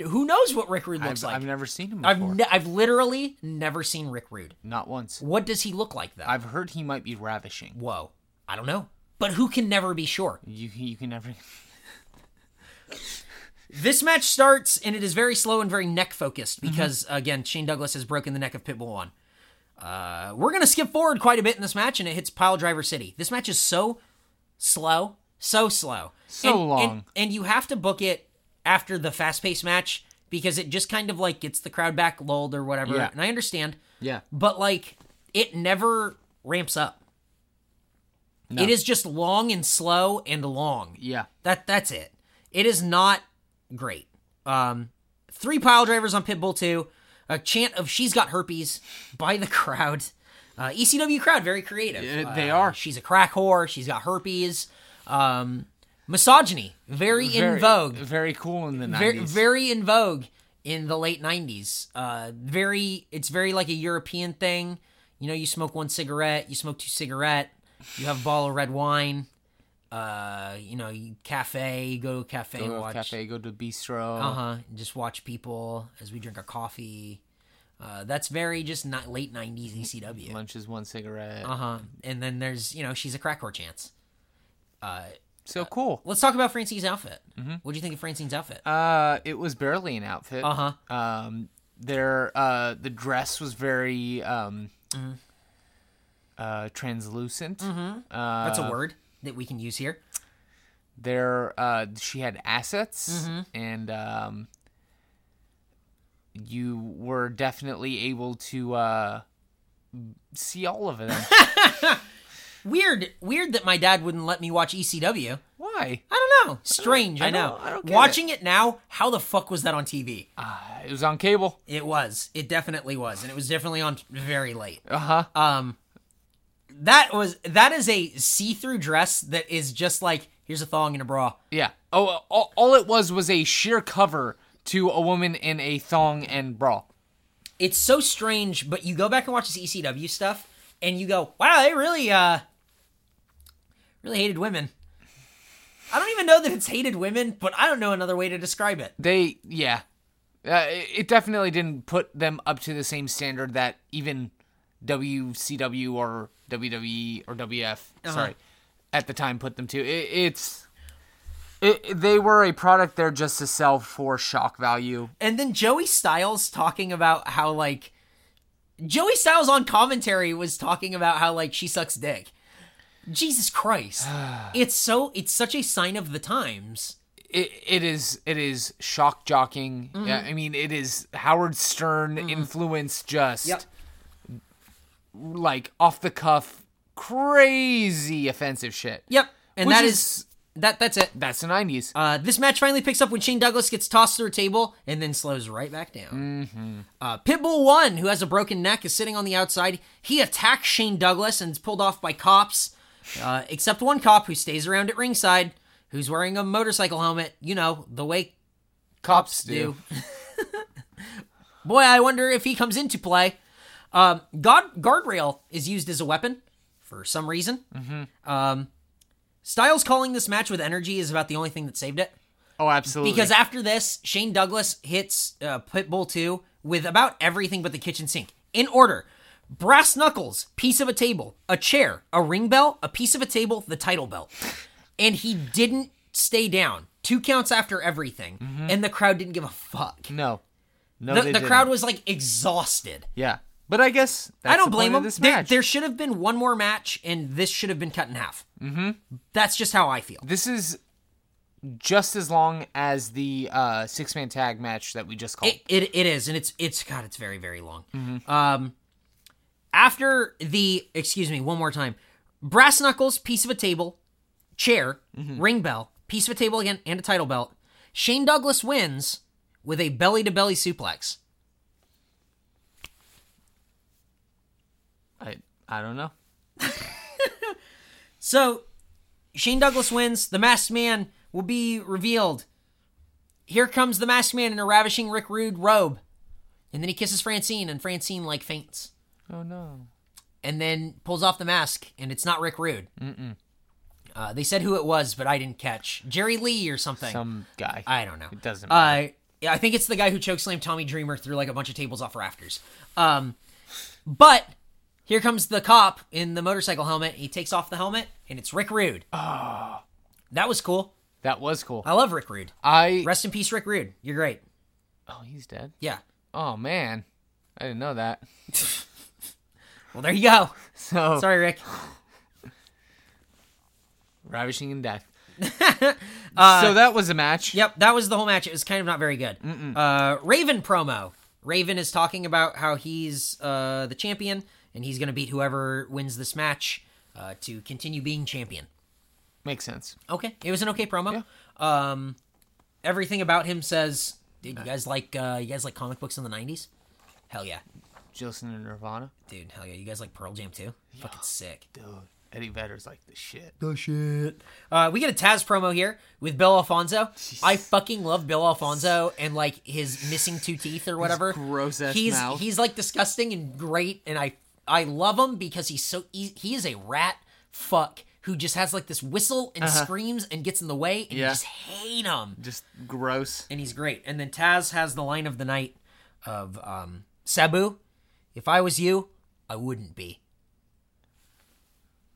Who knows what Rick Rude I've, looks like? I've never seen him I've, before. ne- I've literally never seen Rick Rude. Not once. What does he look like though? I've heard he might be ravishing. Whoa, I don't know. But who can never be sure? You you can never. This match starts and it is very slow and very neck focused Mm-hmm. because again, Shane Douglas has broken the neck of Pitbull One. Uh, we're gonna skip forward quite a bit in this match and it hits Pile Driver City. This match is so slow, so slow, So And- and- long. and you have to book it after the fast paced match because it just kind of like gets the crowd back lulled or whatever. Yeah. And I understand. Yeah. but like it never ramps up. It is just long and slow and long. Yeah. That that's it. It is not great. Um, three pile drivers on Pitbull 2. A chant of She's Got Herpes by the crowd. Uh, ECW crowd, very creative. Yeah, they Uh, are. She's a crack whore. She's got herpes. Um, misogyny, very, in vogue. Very cool in the Very, 90s. very in vogue in the late 90s. Uh, very, it's very like a European thing. You know, you smoke one cigarette, you smoke two cigarette, you have a bottle of red wine. Uh, you know, you cafe, you go to a cafe go and to a watch. cafe, go to a bistro. Uh huh. Just watch people as we drink our coffee. Uh, that's very just not late E '90s ECW. Lunch is one cigarette. Uh huh. And then there's you know she's a crack whore chance. so cool. Let's talk about Francine's outfit. What do you think of Francine's outfit? Mm-hmm. Uh, it was barely an outfit. Uh-huh. Um, their uh, the dress was very um, Mm-hmm. uh, translucent. that's a word that we can use here. There, uh, she had assets, Mm-hmm. and um, you were definitely able to uh, see all of them. Weird, weird that my dad wouldn't let me watch ECW. Why? I don't know. Strange, I, I know. don't- I don't get Watching it. now, how the fuck was that on TV? Uh, it was on cable. It was. It definitely was, and it was definitely on very late. Uh huh. Um, that was that is a see-through dress that is just like here's a thong and a bra. Yeah. Oh, all, all it was was a sheer cover to a woman in a thong and bra. It's so strange, but you go back and watch this ECW stuff, and you go, wow, they really uh, really hated women. I don't even know that it's hated women, but I don't know another way to describe it. They, yeah. Uh, it it definitely didn't put them up to the same standard that even WCW or WWE or WF, sorry, at the time put them to. It, it's. It, they were a product there just to sell for shock value. And then Joey Styles talking about how like Joey Styles on commentary was talking about how like she sucks dick. Jesus Christ. it's so it's such a sign of the times. It, it is it is shock jocking. Yeah, I mean, it is Howard Stern influence just like off the cuff, crazy offensive shit. Yep. And Which that is, is- that that's it. That's the nineties. Uh, this match finally picks up when Shane Douglas gets tossed through a table and then slows right back down. Mm-hmm. Uh, Pitbull One, who has a broken neck, is sitting on the outside. He attacks Shane Douglas and is pulled off by cops, uh, except one cop who stays around at ringside, who's wearing a motorcycle helmet. You know the way Cops do. do. Boy, I wonder if he comes into play. Um, God guardrail is used as a weapon for some reason. Mm-hmm. Um, Styles calling this match with energy is about the only thing that saved it Oh, absolutely. because after this, Shane Douglas hits uh, Pitbull two with about everything but the kitchen sink in order: brass knuckles, piece of a table, a chair, a ring bell, a piece of a table, the title belt, and he didn't stay down. Two counts after everything, and the crowd didn't give a fuck. no, Mm-hmm. no, The, they the didn't. crowd was like exhausted. Yeah, but I guess that's I don't the blame point of them. This There, match. there should have been one more match, and this should have been cut in half. Mm-hmm. That's just how I feel. this is just as long as the uh, six-man tag match that we just called. It, it it is, and it's it's God, it's very very long. Um, after the excuse me, one more time, brass knuckles, piece of a table, chair, ring bell, piece of a table again, and a title belt. Shane Douglas wins with a belly to belly suplex. I I don't know. So Shane Douglas wins. The Masked Man will be revealed. Here comes the Masked Man in a ravishing Rick Rude robe, and then he kisses Francine, and Francine like faints. Oh no. and then pulls off the mask, and it's not Rick Rude. Mm-mm. Uh, they said who it was, but I didn't catch Jerry Lee or something. Some guy. I don't know. It doesn't Uh, yeah, I think it's the guy who chokeslammed Tommy Dreamer through like a bunch of tables off rafters. Um, but here comes the cop in the motorcycle helmet. He takes off the helmet, and it's Rick Rude. Oh. Ah. that was cool. that was cool. I love Rick Rude. I. Rest in peace, Rick Rude. You're great. Oh, he's dead. Yeah. Oh man, I didn't know that. Well, there you go. So Sorry, Rick. ravishing in death. Uh, so that was a match. Yep, that was the whole match. It was kind of not very good. Uh, Raven promo. Raven is talking about how he's uh, the champion and he's going to beat whoever wins this match uh, to continue being champion. Makes sense. Okay, it was an okay promo. Um, everything about him says Dude, you guys like uh, you guys like comic books in the '90s? Hell yeah, Did you listen to Nirvana? dude. Hell yeah. You guys like Pearl Jam too? Fucking sick. Dude, Eddie Vedder's like the shit. Oh shit. Uh, we get a Taz promo here with Bill Alfonso. I fucking love Bill Alfonso and like his missing two teeth or whatever. gross-ass he's mouth. he's like disgusting and great, and I I love him because he's so he, he is a rat fuck who just has like this whistle and screams and gets in the way, and you Uh-huh. Yeah. just hate him Just gross. and he's great. And then Taz has the line of the night of um, Sabu, if I was you, I wouldn't be.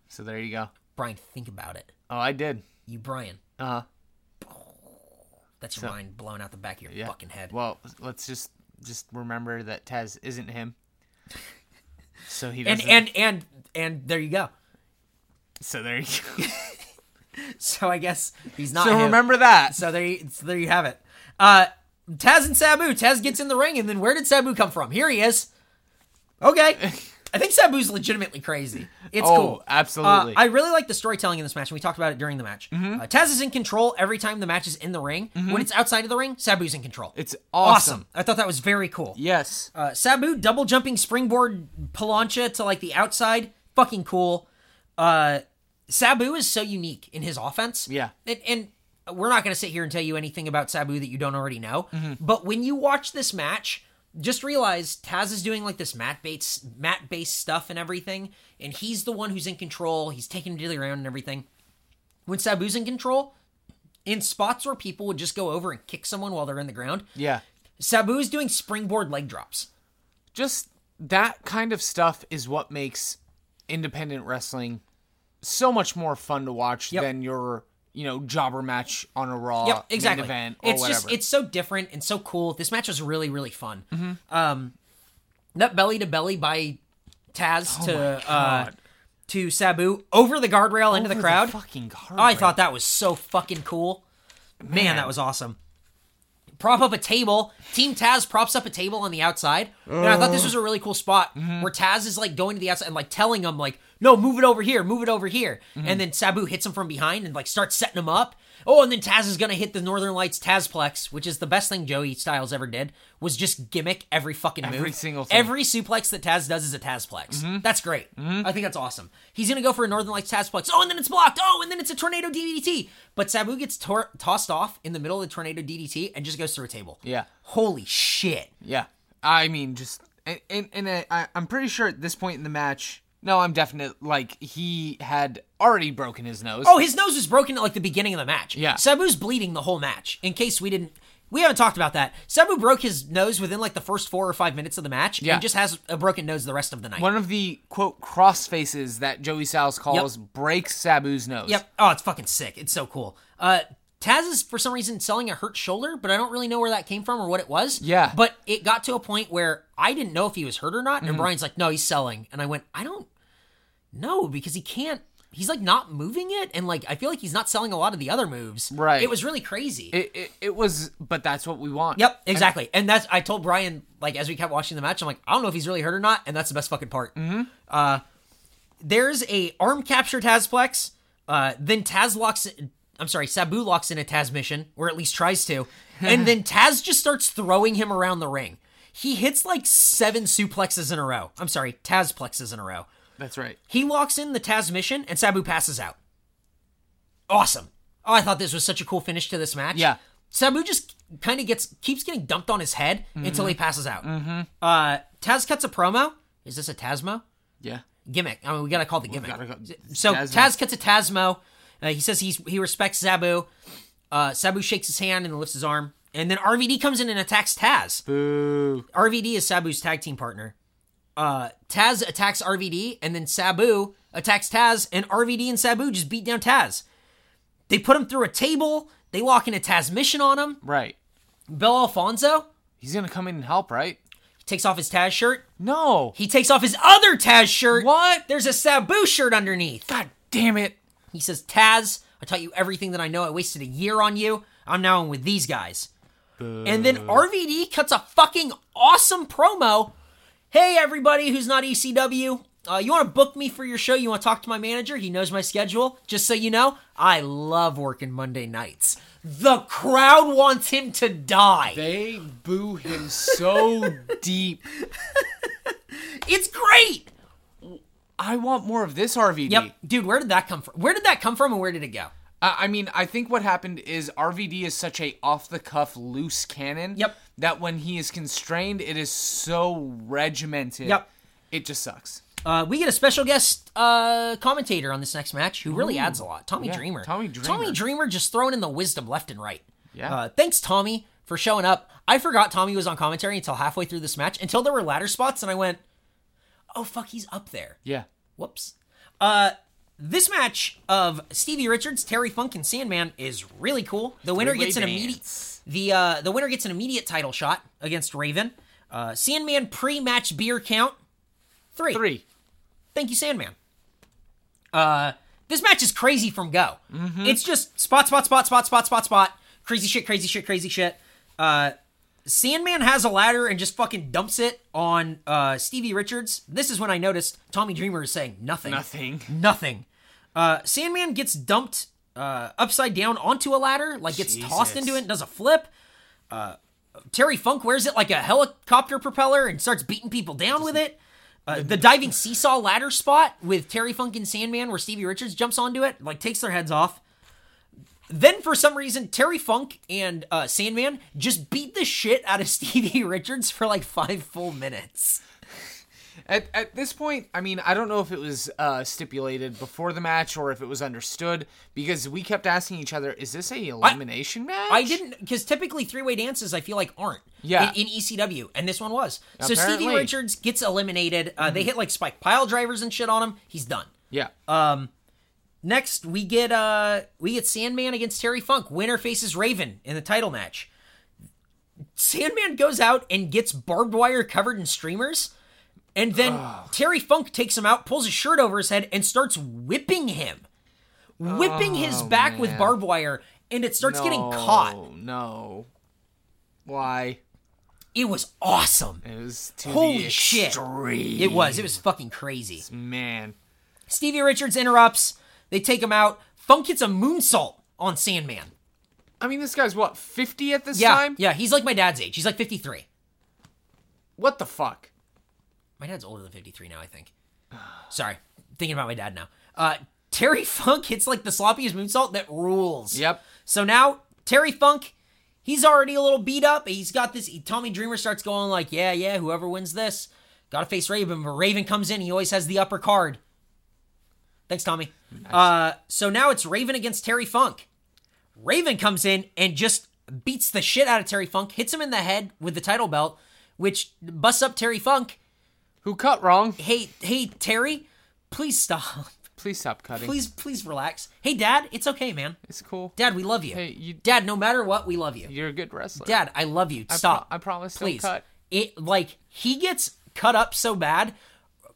So there you go. Brian, think about it. Oh, I did. You, Brian, Uh, that's your mind blowing out the back of your yeah. fucking head. Well, let's just just remember that Taz isn't him. So he and doesn't. and and and there you go. so there you go. So I guess he's not. So him. remember that. So there, you, so there you have it. Uh, Taz and Sabu. Taz gets in the ring, and then where did Sabu come from? Here he is. Okay. I think Sabu's legitimately crazy. It's Oh, cool. absolutely. Mm-hmm. Uh, I really like the storytelling in this match, and we talked about it during the match. Uh, Taz is in control every time the match is in the ring. When it's outside of the ring, Sabu's in control. It's awesome. I thought that was very cool. Yes. Uh, Sabu double jumping springboard palancha to like the outside. Fucking cool. Uh, Sabu is so unique in his offense. Yeah. And, and we're not going to sit here and tell you anything about Sabu that you don't already know. Mm-hmm. But when you watch this match, just realize Taz is doing like this mat based mat based stuff and everything, and he's the one who's in control. He's taking it to the ground and everything. When Sabu's in control, in spots where people would just go over and kick someone while they're in the ground, Yeah. Sabu is doing springboard leg drops. just that kind of stuff is what makes independent wrestling so much more fun to watch than your you know jobber match on a raw Yep, exactly. main event or it's whatever. just it's so different and so cool. This match was really really fun. Mm-hmm. Um, that belly to belly by Taz to uh, Oh God. to Sabu over the guardrail into the Over crowd. fucking guardrail. I thought that was so fucking cool. Man, that was awesome. Prop up a table. Team Taz props up a table on the outside. And I thought Oh. this was a really cool spot Mm-hmm. where Taz is like going to the outside and like telling him like, no, move it over here, move it over here. Mm-hmm. And then Sabu hits him from behind and like starts setting him up. Oh, and then Taz is gonna hit the Northern Lights Tazplex, which is the best thing Joey Styles ever did, was just gimmick every fucking move. Every single thing. Every suplex that Taz does is a Tazplex. Mm-hmm. That's great. I think that's awesome. He's gonna go for a Northern Lights Tazplex. Oh, and then it's blocked. Oh, and then it's a tornado DDT. But Sabu gets tor- tossed off in the middle of the tornado DDT and just goes through a table. Yeah. Holy shit. yeah. I mean, just and and, and I, I- I'm pretty sure at this point in the match. No, I'm definite. Like he had already broken his nose. Oh, his nose was broken at like the beginning of the match. Yeah. Sabu's bleeding the whole match. In case we didn't, we haven't talked about that. Sabu broke his nose within like the first four or five minutes of the match. Yeah. And just has a broken nose the rest of the night. One of the quote cross faces that Joey Styles calls breaks Sabu's nose. Yep. Oh, it's fucking sick. It's so cool. Uh, Taz is for some reason selling a hurt shoulder, but I don't really know where that came from or what it was. Yeah. But it got to a point where I didn't know if he was hurt or not, Mm-hmm. and Brian's like, "No, he's selling," and I went, "I don't know because he can't." He's like not moving it, and like I feel like he's not selling a lot of the other moves. Right. It was really crazy. It, it, it was, but that's what we want. Yep, exactly. And, that's I told Brian like as we kept watching the match, I'm like, I don't know if he's really hurt or not, and that's the best fucking part. Mm-hmm. Uh, there's a arm capture Tazplex. Uh, then Taz locks. I'm sorry, Sabu locks in a Taz mission, or at least tries to, and then Taz just starts throwing him around the ring. He hits like seven suplexes in a row. I'm sorry, Tazplexes in a row. That's right. He locks in the Taz mission, and Sabu passes out. Awesome. Oh, I thought this was such a cool finish to this match. Yeah. Sabu just kind of gets keeps getting dumped on his head until he passes out. Mm-hmm. Uh, Taz cuts a promo. Is this a Tazmo Yeah. gimmick? I mean, we gotta call the gimmick. gotta go- so Tazmo. Taz cuts a Tazmo. Uh, he says he's he respects Sabu. Uh, Sabu shakes his hand and lifts his arm, and then RVD comes in and attacks Taz. Boo. RVD is Sabu's tag team partner. Uh, Taz attacks RVD, and then Sabu attacks Taz, and RVD and Sabu just beat down Taz. They put him through a table. They lock in a Taz mission on him. Right. Bill Alfonso He's gonna come in and help, right? takes off his Taz shirt. No. He takes off his other Taz shirt. What? There's a Sabu shirt underneath. God damn it. He says, Taz, I taught you everything that I know. I wasted a year on you. I'm now in with these guys. And then RVD cuts a fucking awesome promo. Hey, everybody who's not ECW, E Uh, you want to book me for your show? You want to talk to my manager? He knows my schedule. Just so you know, I love working Monday nights. The crowd wants him to die. They boo him so deep. it's great. I want more of this RVD. Yep, dude. Where did that come from? Where did that come from, and where did it go? I I mean, I think what happened is RVD is such a off the cuff loose cannon. Yep. That when he is constrained, it is so regimented. Yep. It just sucks. Uh, we get a special guest uh, commentator on this next match who really adds a lot. Tommy yeah, Dreamer. Tommy Dreamer. Tommy Dreamer just throwing in the wisdom left and right. Yeah. Uh, thanks, Tommy, for showing up. I forgot Tommy was on commentary until halfway through this match, until there were ladder spots, and I went, oh, fuck, he's up there. Yeah. Whoops. Uh, this match of Stevie Richards, Terry Funk, and Sandman is really cool. The winner Three-way gets an immediate dance. the uh, the winner gets an immediate title shot against Raven. Uh, Sandman pre-match beer count three. Three. Thank you, Sandman. Uh, this match is crazy from go. Mm-hmm. It's just spot, spot, spot, spot, spot, spot, spot. Crazy shit, crazy shit, crazy shit. Uh, Sandman has a ladder and just fucking dumps it on uh, Stevie Richards. This is when I noticed Tommy Dreamer is saying nothing. Nothing. Nothing. Uh, Sandman gets dumped uh, upside down onto a ladder, like gets tossed Jesus. into it, does a flip. Uh, Terry Funk wears it like a helicopter propeller and starts beating people down with it. Uh, the diving seesaw ladder spot with Terry Funk and Sandman, where Stevie Richards jumps onto it, like takes their heads off. Then for some reason, Terry Funk and uh, Sandman just beat the shit out of Stevie Richards for like five full minutes. At, at this point, I mean, I don't know if it was uh, stipulated before the match or if it was understood because we kept asking each other, "Is this a elimination match?" I didn't because typically three way dances I feel like aren't. Yeah. In, in ECW, and this one was. So Stevie Apparently. Mm-hmm. Richards gets eliminated. Uh, They hit like spike pile drivers and shit on him. He's done. Yeah. Uh, Next we get uh we get Sandman against Terry Funk. Winner faces Raven in the title match. Sandman goes out and gets barbed wire covered in streamers. And then Terry Funk takes him out, pulls his shirt over his head, and starts whipping him. Whipping his back with Oh, man. barbed wire, and it starts getting No, caught. No. Why? It was awesome. It was to Holy the shit. extreme. It was. It was fucking crazy. Man. Stevie Richards interrupts. They take him out. Funk hits a moonsault on Sandman. I mean, this guy's what fifty at this Yeah. time. Yeah. He's like my dad's age. He's like 53. What the fuck? My dad's older than 53 now, I think. Sorry. Thinking about my dad now. Uh, Terry Funk hits like the sloppiest moonsault that rules. Yep. So now Terry Funk, he's already a little beat up. He's got this. he- Tommy Dreamer starts going like, yeah, yeah, whoever wins this, got to face Raven. But Raven comes in. He always has the upper card. Thanks, Tommy. Uh, so now it's Raven against Terry Funk. Raven comes in and just beats the shit out of Terry Funk, hits him in the head with the title belt, which busts up Terry Funk. Who cut wrong? Hey, hey, Terry, please stop. Please stop cutting. Please, please relax. Hey, Dad, it's okay, man. It's cool. Dad, we love you. Hey, you- Dad, no matter what, we love you. You're a good wrestler. Dad, I love you. Stop. I promise don't Please. cut. It like he gets cut up so bad,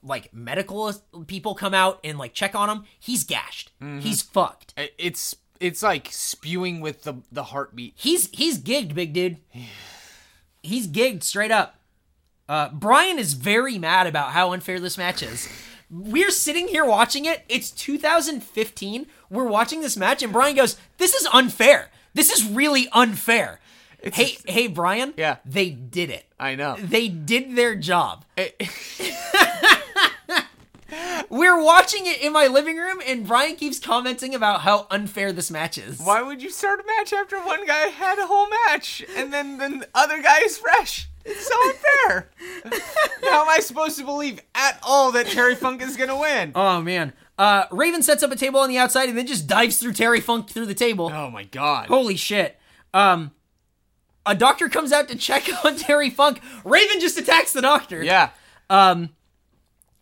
like medical people come out and like check on him. He's gashed. Mm-hmm. He's fucked. I- It's it's like spewing with the the heartbeat. He's he's gigged, big dude. He's gigged straight up. Uh, Brian is very mad about how unfair this match is. We're sitting here watching it. It's 2015. We're watching this match, and Brian goes, "This is unfair. This is really unfair." hey, hey, Brian. Yeah. they did it. I know. They did their job. It- We're watching it in my living room, and Brian keeps commenting about how unfair this match is. Why would you start a match after one guy had a whole match and then then the other guy is fresh? It's so unfair. How am I supposed to believe at all that Terry Funk is gonna win? Oh man. Uh, Raven sets up a table on the outside and then just dives through Terry Funk through the table. Oh my god. Holy shit. Um, a doctor comes out to check on Terry Funk. Raven just attacks the doctor. Yeah.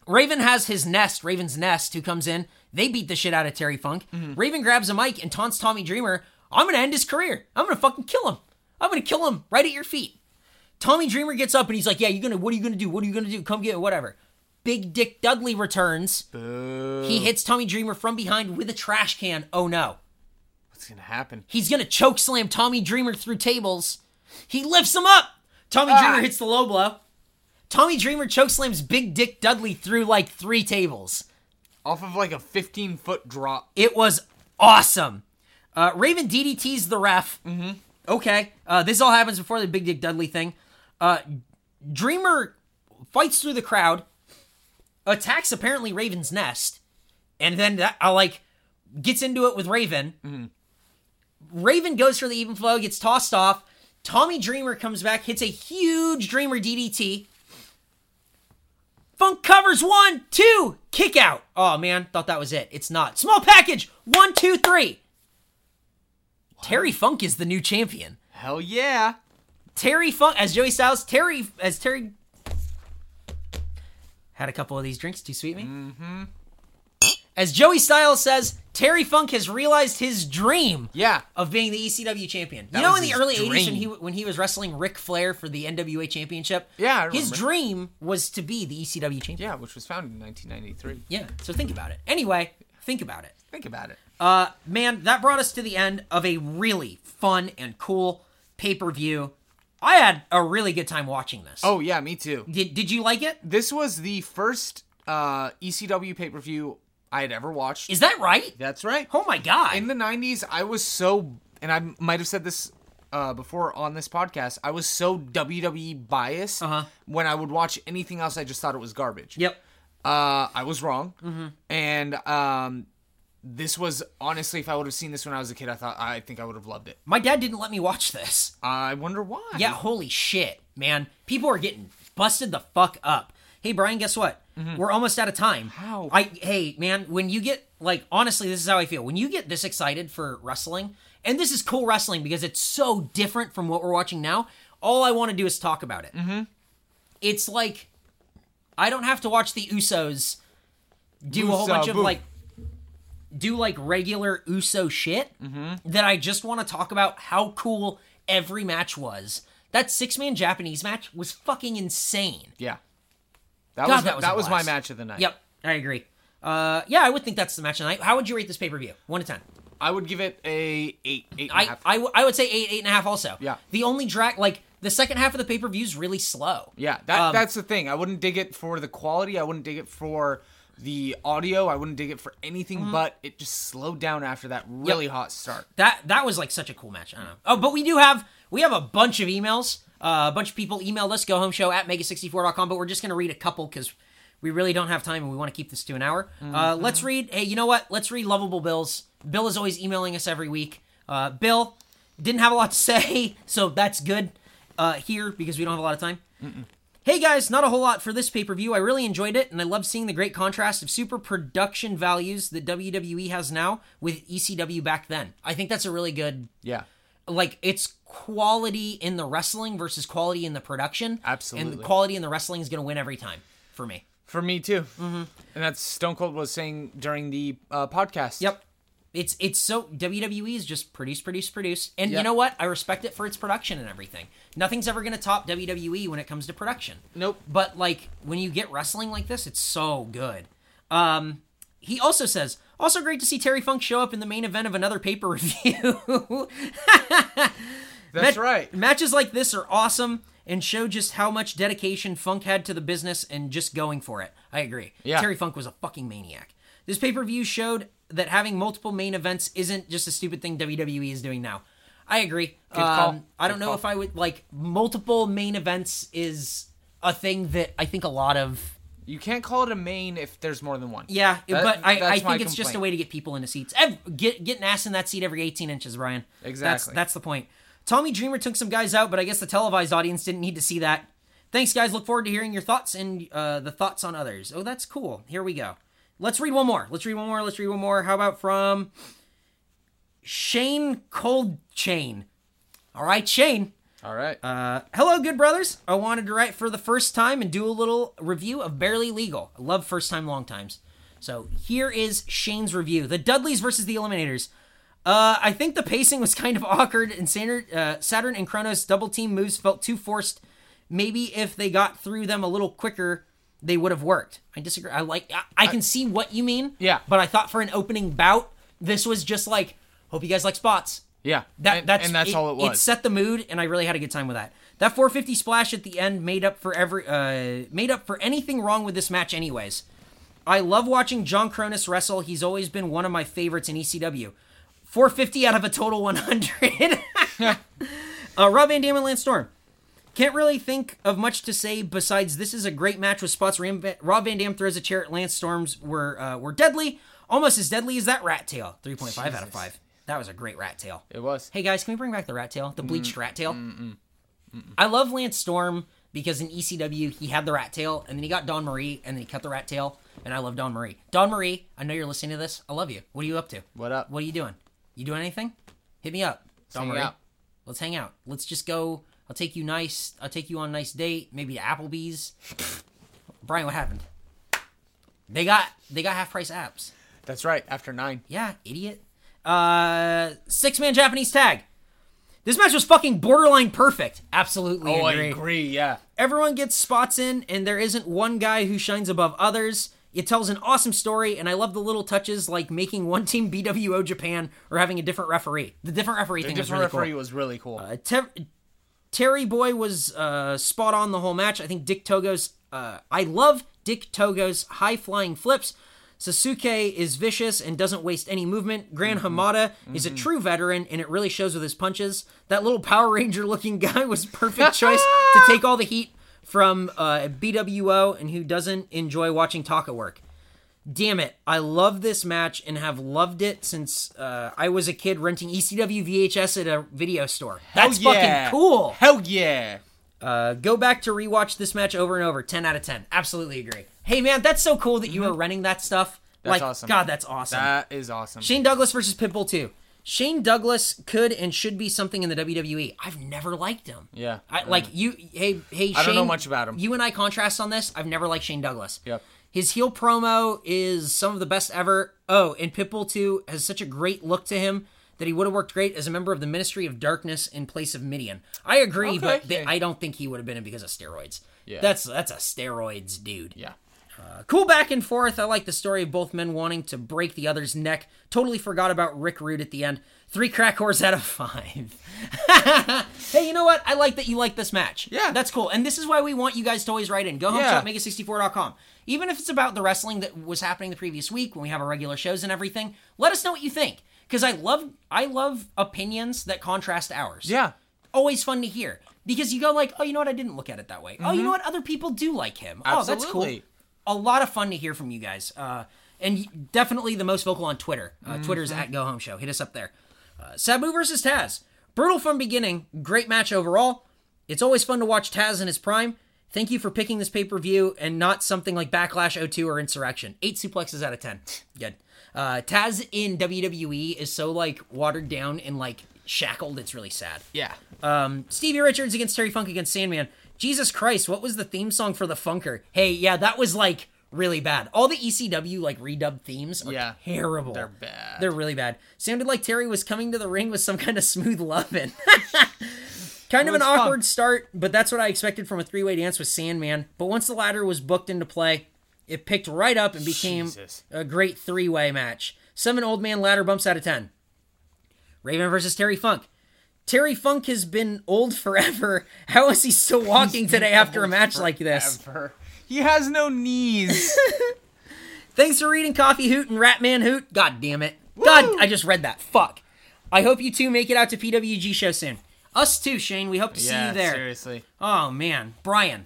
Raven has his nest, Raven's nest, who comes in. They beat the shit out of Terry Funk. Raven grabs a mic and taunts Tommy Dreamer. I'm gonna end his career. I'm gonna fucking kill him. I'm gonna kill him right at your feet. Tommy Dreamer gets up and he's like, "Yeah, you gonna? What are you gonna do? What are you gonna do? Come get it, whatever." Big Dick Dudley returns. He hits Tommy Dreamer from behind with a trash can. Oh no. What's gonna happen? He's gonna choke slam Tommy Dreamer through tables. He lifts him up. Tommy Dreamer hits the low blow. Tommy Dreamer chokeslams Big Dick Dudley through like three tables. off of like a 15 foot drop. It was awesome. Uh, Raven DDT's the ref. Mm-hmm. Okay. Uh, this all happens before the Big Dick Dudley thing. Uh, Dreamer fights through the crowd, attacks apparently Raven's nest, and then that, uh, like gets into it with Raven. Raven goes for the even flow, gets tossed off. Tommy Dreamer comes back, hits a huge Dreamer DDT. Funk covers one, two, kick out. Oh man, thought that was it. It's not. Small package, one, two, three. Terry Funk is the new champion. Hell yeah. Terry Funk as Joey Styles. Terry as Terry had a couple of these drinks. Too sweet me. Mm-hmm. As Joey Styles says, Terry Funk has realized his dream Yeah. of being the ECW champion. That you know, was in the his early '80s, dream. when he when he was wrestling Ric Flair for the NWA Championship, Yeah, I his remember. dream was to be the ECW champion. Yeah, which was founded in 1993. Yeah. So think about it. Anyway, think about it. Think about it. Uh, man, that brought us to the end of a really fun and cool pay per view. I had a really good time watching this. Oh, yeah, me too. Did, did you like it? This was the first uh, ECW pay per view I had ever watched. Is that right? That's right. Oh my god. In the 90s, I was so, and I might have said this uh, before on this podcast, I was so WWE biased Uh-huh. when I would watch anything else, I just thought it was garbage. yep. Uh, I was wrong. Mm-hmm. And um, this was, honestly, if I would have seen this when I was a kid, I thought, I think I would have loved it. My dad didn't let me watch this. I wonder why. Yeah, holy shit, man. People are getting busted the fuck up. Hey Brian, guess what? We're almost out of time. How? I hey man, when you get like honestly, this is how I feel. When you get this excited for wrestling, and this is cool wrestling because it's so different from what we're watching now. All I want to do is talk about it. Mm-hmm. It's like I don't have to watch the Usos do a whole Uso, bunch of boo. like do like regular Uso shit Mm-hmm. that I just want to talk about how cool every match was. That six man Japanese match was fucking insane. Yeah. That God, was that that was was, a my blast. match of the night. Yep, I agree. Uh, yeah, I would think that's the match of the night. How would you rate this pay per view? One to ten. I would give it a eight, eight and a I, half. I, w- I would say eight, eight and a half. Also, Yeah. The only drag, like the second half of the pay per view, is really slow. yeah, that um, that's the thing. I wouldn't dig it for the quality. I wouldn't dig it for the audio. I wouldn't dig it for anything. Mm-hmm. But it just slowed down after that really hot start. that that was like such a cool match. I don't know. Oh, but we do have we have a bunch of emails. Uh, a bunch of people emailed us go home show at mega64.com, but we're just gonna read a couple because we really don't have time and we want to keep this to an hour. Uh, let's read. Hey, you know what? Let's read lovable bills. Bill is always emailing us every week. Uh, Bill didn't have a lot to say, so that's good uh, here because we don't have a lot of time. Hey guys, not a whole lot for this pay per view. I really enjoyed it, and I love seeing the great contrast of super production values that WWE has now with ECW back then. I think that's a really good, Yeah, like, it's quality in the wrestling versus quality in the production. And Absolutely. the quality in the wrestling is going to win every time for me. for me too. Mm-hmm. And that's Stone Cold was saying during the uh, podcast. Yep. It's it's so WWE is just produce, produce, produce. And you Yeah. know what? I respect it for its production and everything. Nothing's ever gonna top WWE when it comes to production. Nope. But like when you get wrestling like this, it's so good. Um he also says, also great to see Terry Funk show up in the main event of another paper review. that's Mat- right. Matches like this are awesome and show just how much dedication Funk had to the business and just going for it. I agree. Yeah. Terry Funk was a fucking maniac. This pay per view showed that having multiple main events isn't just a stupid thing WWE is doing now. I agree. call. Um, I don't Good know call. if I would like multiple main events is a thing that I think a lot of You can't call it a main if there's more than one. yeah, That- but I, I that's my think it's just a complaint. way to get people into seats. Ev- get get an ass in that seat every 18 inches, Brian. That's, Exactly. that's the point. Tommy Dreamer took some guys out, but I guess the televised audience didn't need to see that. Thanks, guys. Look forward to hearing your thoughts and uh, the thoughts on others. Oh, that's cool. Here we go. Let's read one more. Let's read one more. Let's read one more. How about from Shane Cold Chain? All right, Shane. All right. Uh, hello, good brothers. I wanted to write for the first time and do a little review of Barely Legal. I love first time, long times. So here is Shane's review: The Dudleys versus the Eliminators. Uh, I think the pacing was kind of awkward, and Saturn, uh, Saturn and Kronos double team moves felt too forced. Maybe if they got through them a little quicker, they would have worked. I disagree. I like. I, I can see what you mean. Yeah. But I thought for an opening bout, this was just like, hope you guys like spots. Yeah. That, and, that's and that's all it was. It set the mood, and I really had a good time with that. That 450 splash at the end made up for every uh, made up for anything wrong with this match, anyways. I love watching John Cronus wrestle. He's always been one of my favorites in E ECW. 450 out of a total 100. uh, Rob Van Dam and Lance Storm. Can't really think of much to say besides this is a great match with spots where Ram- Rob Van Dam throws a chair at Lance Storm's were uh, were deadly, almost as deadly as that rat tail. 3.5 out of 5. That was a great rat tail. it was. Hey guys, can we bring back the rat tail? The bleached Mm, rat tail? I love Lance Storm because in ECW he had the rat tail and then he got Don Marie and then he cut the rat tail and I love Don Marie. Don Marie, I know you're listening to this. I love you. What are you up to? What up? What are you doing? You doing anything? Hit me up. Don hang Marie. out. Let's hang out. Let's just go. I'll take you nice. I'll take you on a nice date, maybe to Applebee's. Brian, what happened? They got they got half price apps. That's right. After nine. Yeah, idiot. Uh, six man Japanese tag. This match was fucking borderline perfect. Absolutely Oh, agree. I agree. Yeah. Everyone gets spots in, and there isn't one guy who shines above others. It tells an awesome story, and I love the little touches like making one team BWO Japan or having a different referee. The different referee The thing different was really referee cool. was really cool. Uh, Ter- Terry Boy was uh, spot on the whole match. I think Dick Togo's. Uh, I love Dick Togo's high flying flips. Sasuke is vicious and doesn't waste any movement. Gran Mm-hmm. Hamada is a true veteran, and it really shows with his punches. That little Power Ranger looking guy was perfect choice to take all the heat from uh, BWO, and who doesn't enjoy watching Taka work damn it i love this match and have loved it since uh, i was a kid renting E ecw vhs at a video store that's Hell Oh, yeah. fucking cool Hell yeah. uh, go back to rewatch this match over and over 10 out of 10 absolutely agree hey man that's so cool that you were renting that stuff like awesome. god that's awesome That is awesome. shane douglas versus pitbull 2 shane douglas could and should be something in the wwe i've never liked him Yeah. I, like you hey hey I shane don't know much about him. you and i contrast on this i've never liked shane douglas Yep. his heel promo is some of the best ever. Oh, and Pitbull 2 has such a great look to him that he would have worked great as a member of the Ministry of Darkness in place of Midian. I agree, but Okay. they, I don't think he would have been in because of steroids. Yeah. That's that's a steroids dude. yeah. Uh, Cool back and forth. I like the story of both men wanting to break the other's neck. Totally forgot about Rick Rude at the end. Three crack whores out of five. hey, you know what? I like that you like this match. Yeah. That's cool. And this is why we want you guys to always write in. Go home, Yeah. shop, mega64.com. Even if it's about the wrestling that was happening the previous week when we have our regular shows and everything, let us know what you think. Because I love I love opinions that contrast ours Yeah. always fun to hear because you go like, oh, you know what? I didn't look at it that way. Oh, you know what? Other people do like him. Oh, that's Absolutely. cool. A lot of fun to hear from you guys, uh, and y- definitely the most vocal on Twitter. Uh, Twitter's at Go Home Show. Hit us up there. Uh, Sabu versus Taz, brutal from beginning. Great match overall. It's always fun to watch Taz in his prime. Thank you for picking this pay per view and not something like Backlash 02 or Insurrection. Eight suplexes out of 10. Good. Uh, Taz in WWE is so like watered down and like shackled. It's really sad. Yeah. Um, Stevie Richards against Terry Funk against Sandman. Jesus Christ, what was the theme song for the Funker? Hey, yeah, that was like really bad. All the ECW like redub themes are Yeah. terrible. They're bad. They're really bad. Sounded like Terry was coming to the ring with some kind of smooth lovin'. kind of an was fun. awkward start, but that's what I expected from a three-way dance with Sandman. But once the ladder was booked into play, it picked right up and became Jesus. a great three-way match. Seven old man ladder bumps out of ten. Raven versus Terry Funk. Terry Funk has been old forever. How is he still walking today after a match like this? Ever. He has no knees. Thanks for reading Coffee Hoot and Ratman Hoot. God damn it. God, I just read that. Fuck. I hope you two make it out to PWG show soon. Us too, Shane. We hope to see yeah. you there. Seriously. Oh man, Brian,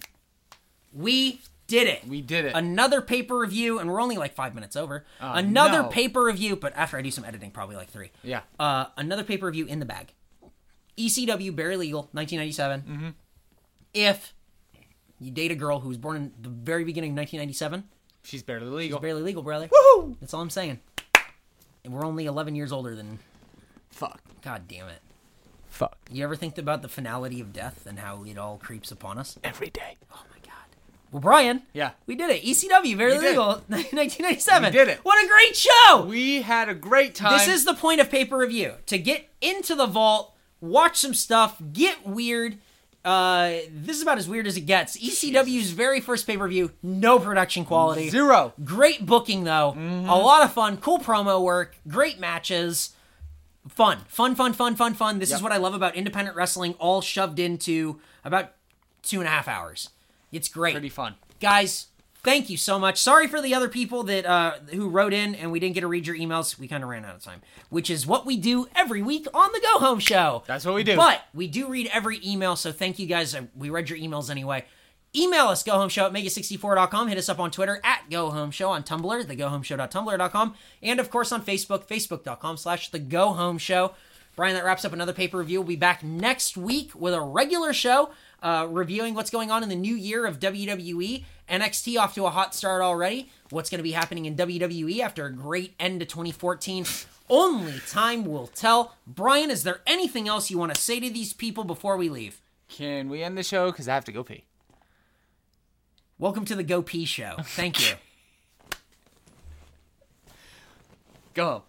we did it. We did it. Another paper review, and we're only like five minutes over. another Oh, no. paper review, but after I do some editing, probably like three. Yeah. Uh, another paper review in the bag. E ECW, Barely Legal, 1997. Mm-hmm. If you date a girl who was born in the very beginning of 1997, She's barely legal. barely legal, brother. Woohoo! That's all I'm saying. And we're only 11 years older than. Fuck. God damn it. Fuck. You ever think about the finality of death and how it all creeps upon us? Every day. Oh my god. Well, Brian. Yeah. We did it. E ECW, very We did. legal, 1997. We did it. What a great show! We had a great time. this is the point of paper review to get into the vault, watch some stuff, get weird. Uh, this is about as weird as it gets. ECW's very first pay per view, no production quality. zero. Mm-hmm. Great booking though, a lot of fun, cool promo work, great matches. fun, fun, fun, fun, fun, fun. This is what I love about independent wrestling, all shoved into about two and a half hours. It's great, Pretty fun. guys. Thank you so much. Sorry for the other people that uh, who wrote in and we didn't get to read your emails. We kind of ran out of time, which is what we do every week on the Go Home Show. That's what we do. But we do read every email, so thank you guys. Uh, We read your emails anyway. Email us, gohomeshow at mega64.com. Hit us up on Twitter at gohomeshow, on Tumblr, thegohomeshow.tumblr.com, and of course on Facebook, facebook.com slash thegohomeshow. Brian, that wraps up another paper review. We'll be back next week with a regular show uh, reviewing what's going on in the new year of E. WWE. NXT off to a hot start already. What's going to be happening in WWE after a great end to 2014? Only time will tell. Brian, is there anything else you want to say to these people before we leave? Can we end the show? Because I have to go pee. Welcome to the Go Pee Show. Thank you. Go home.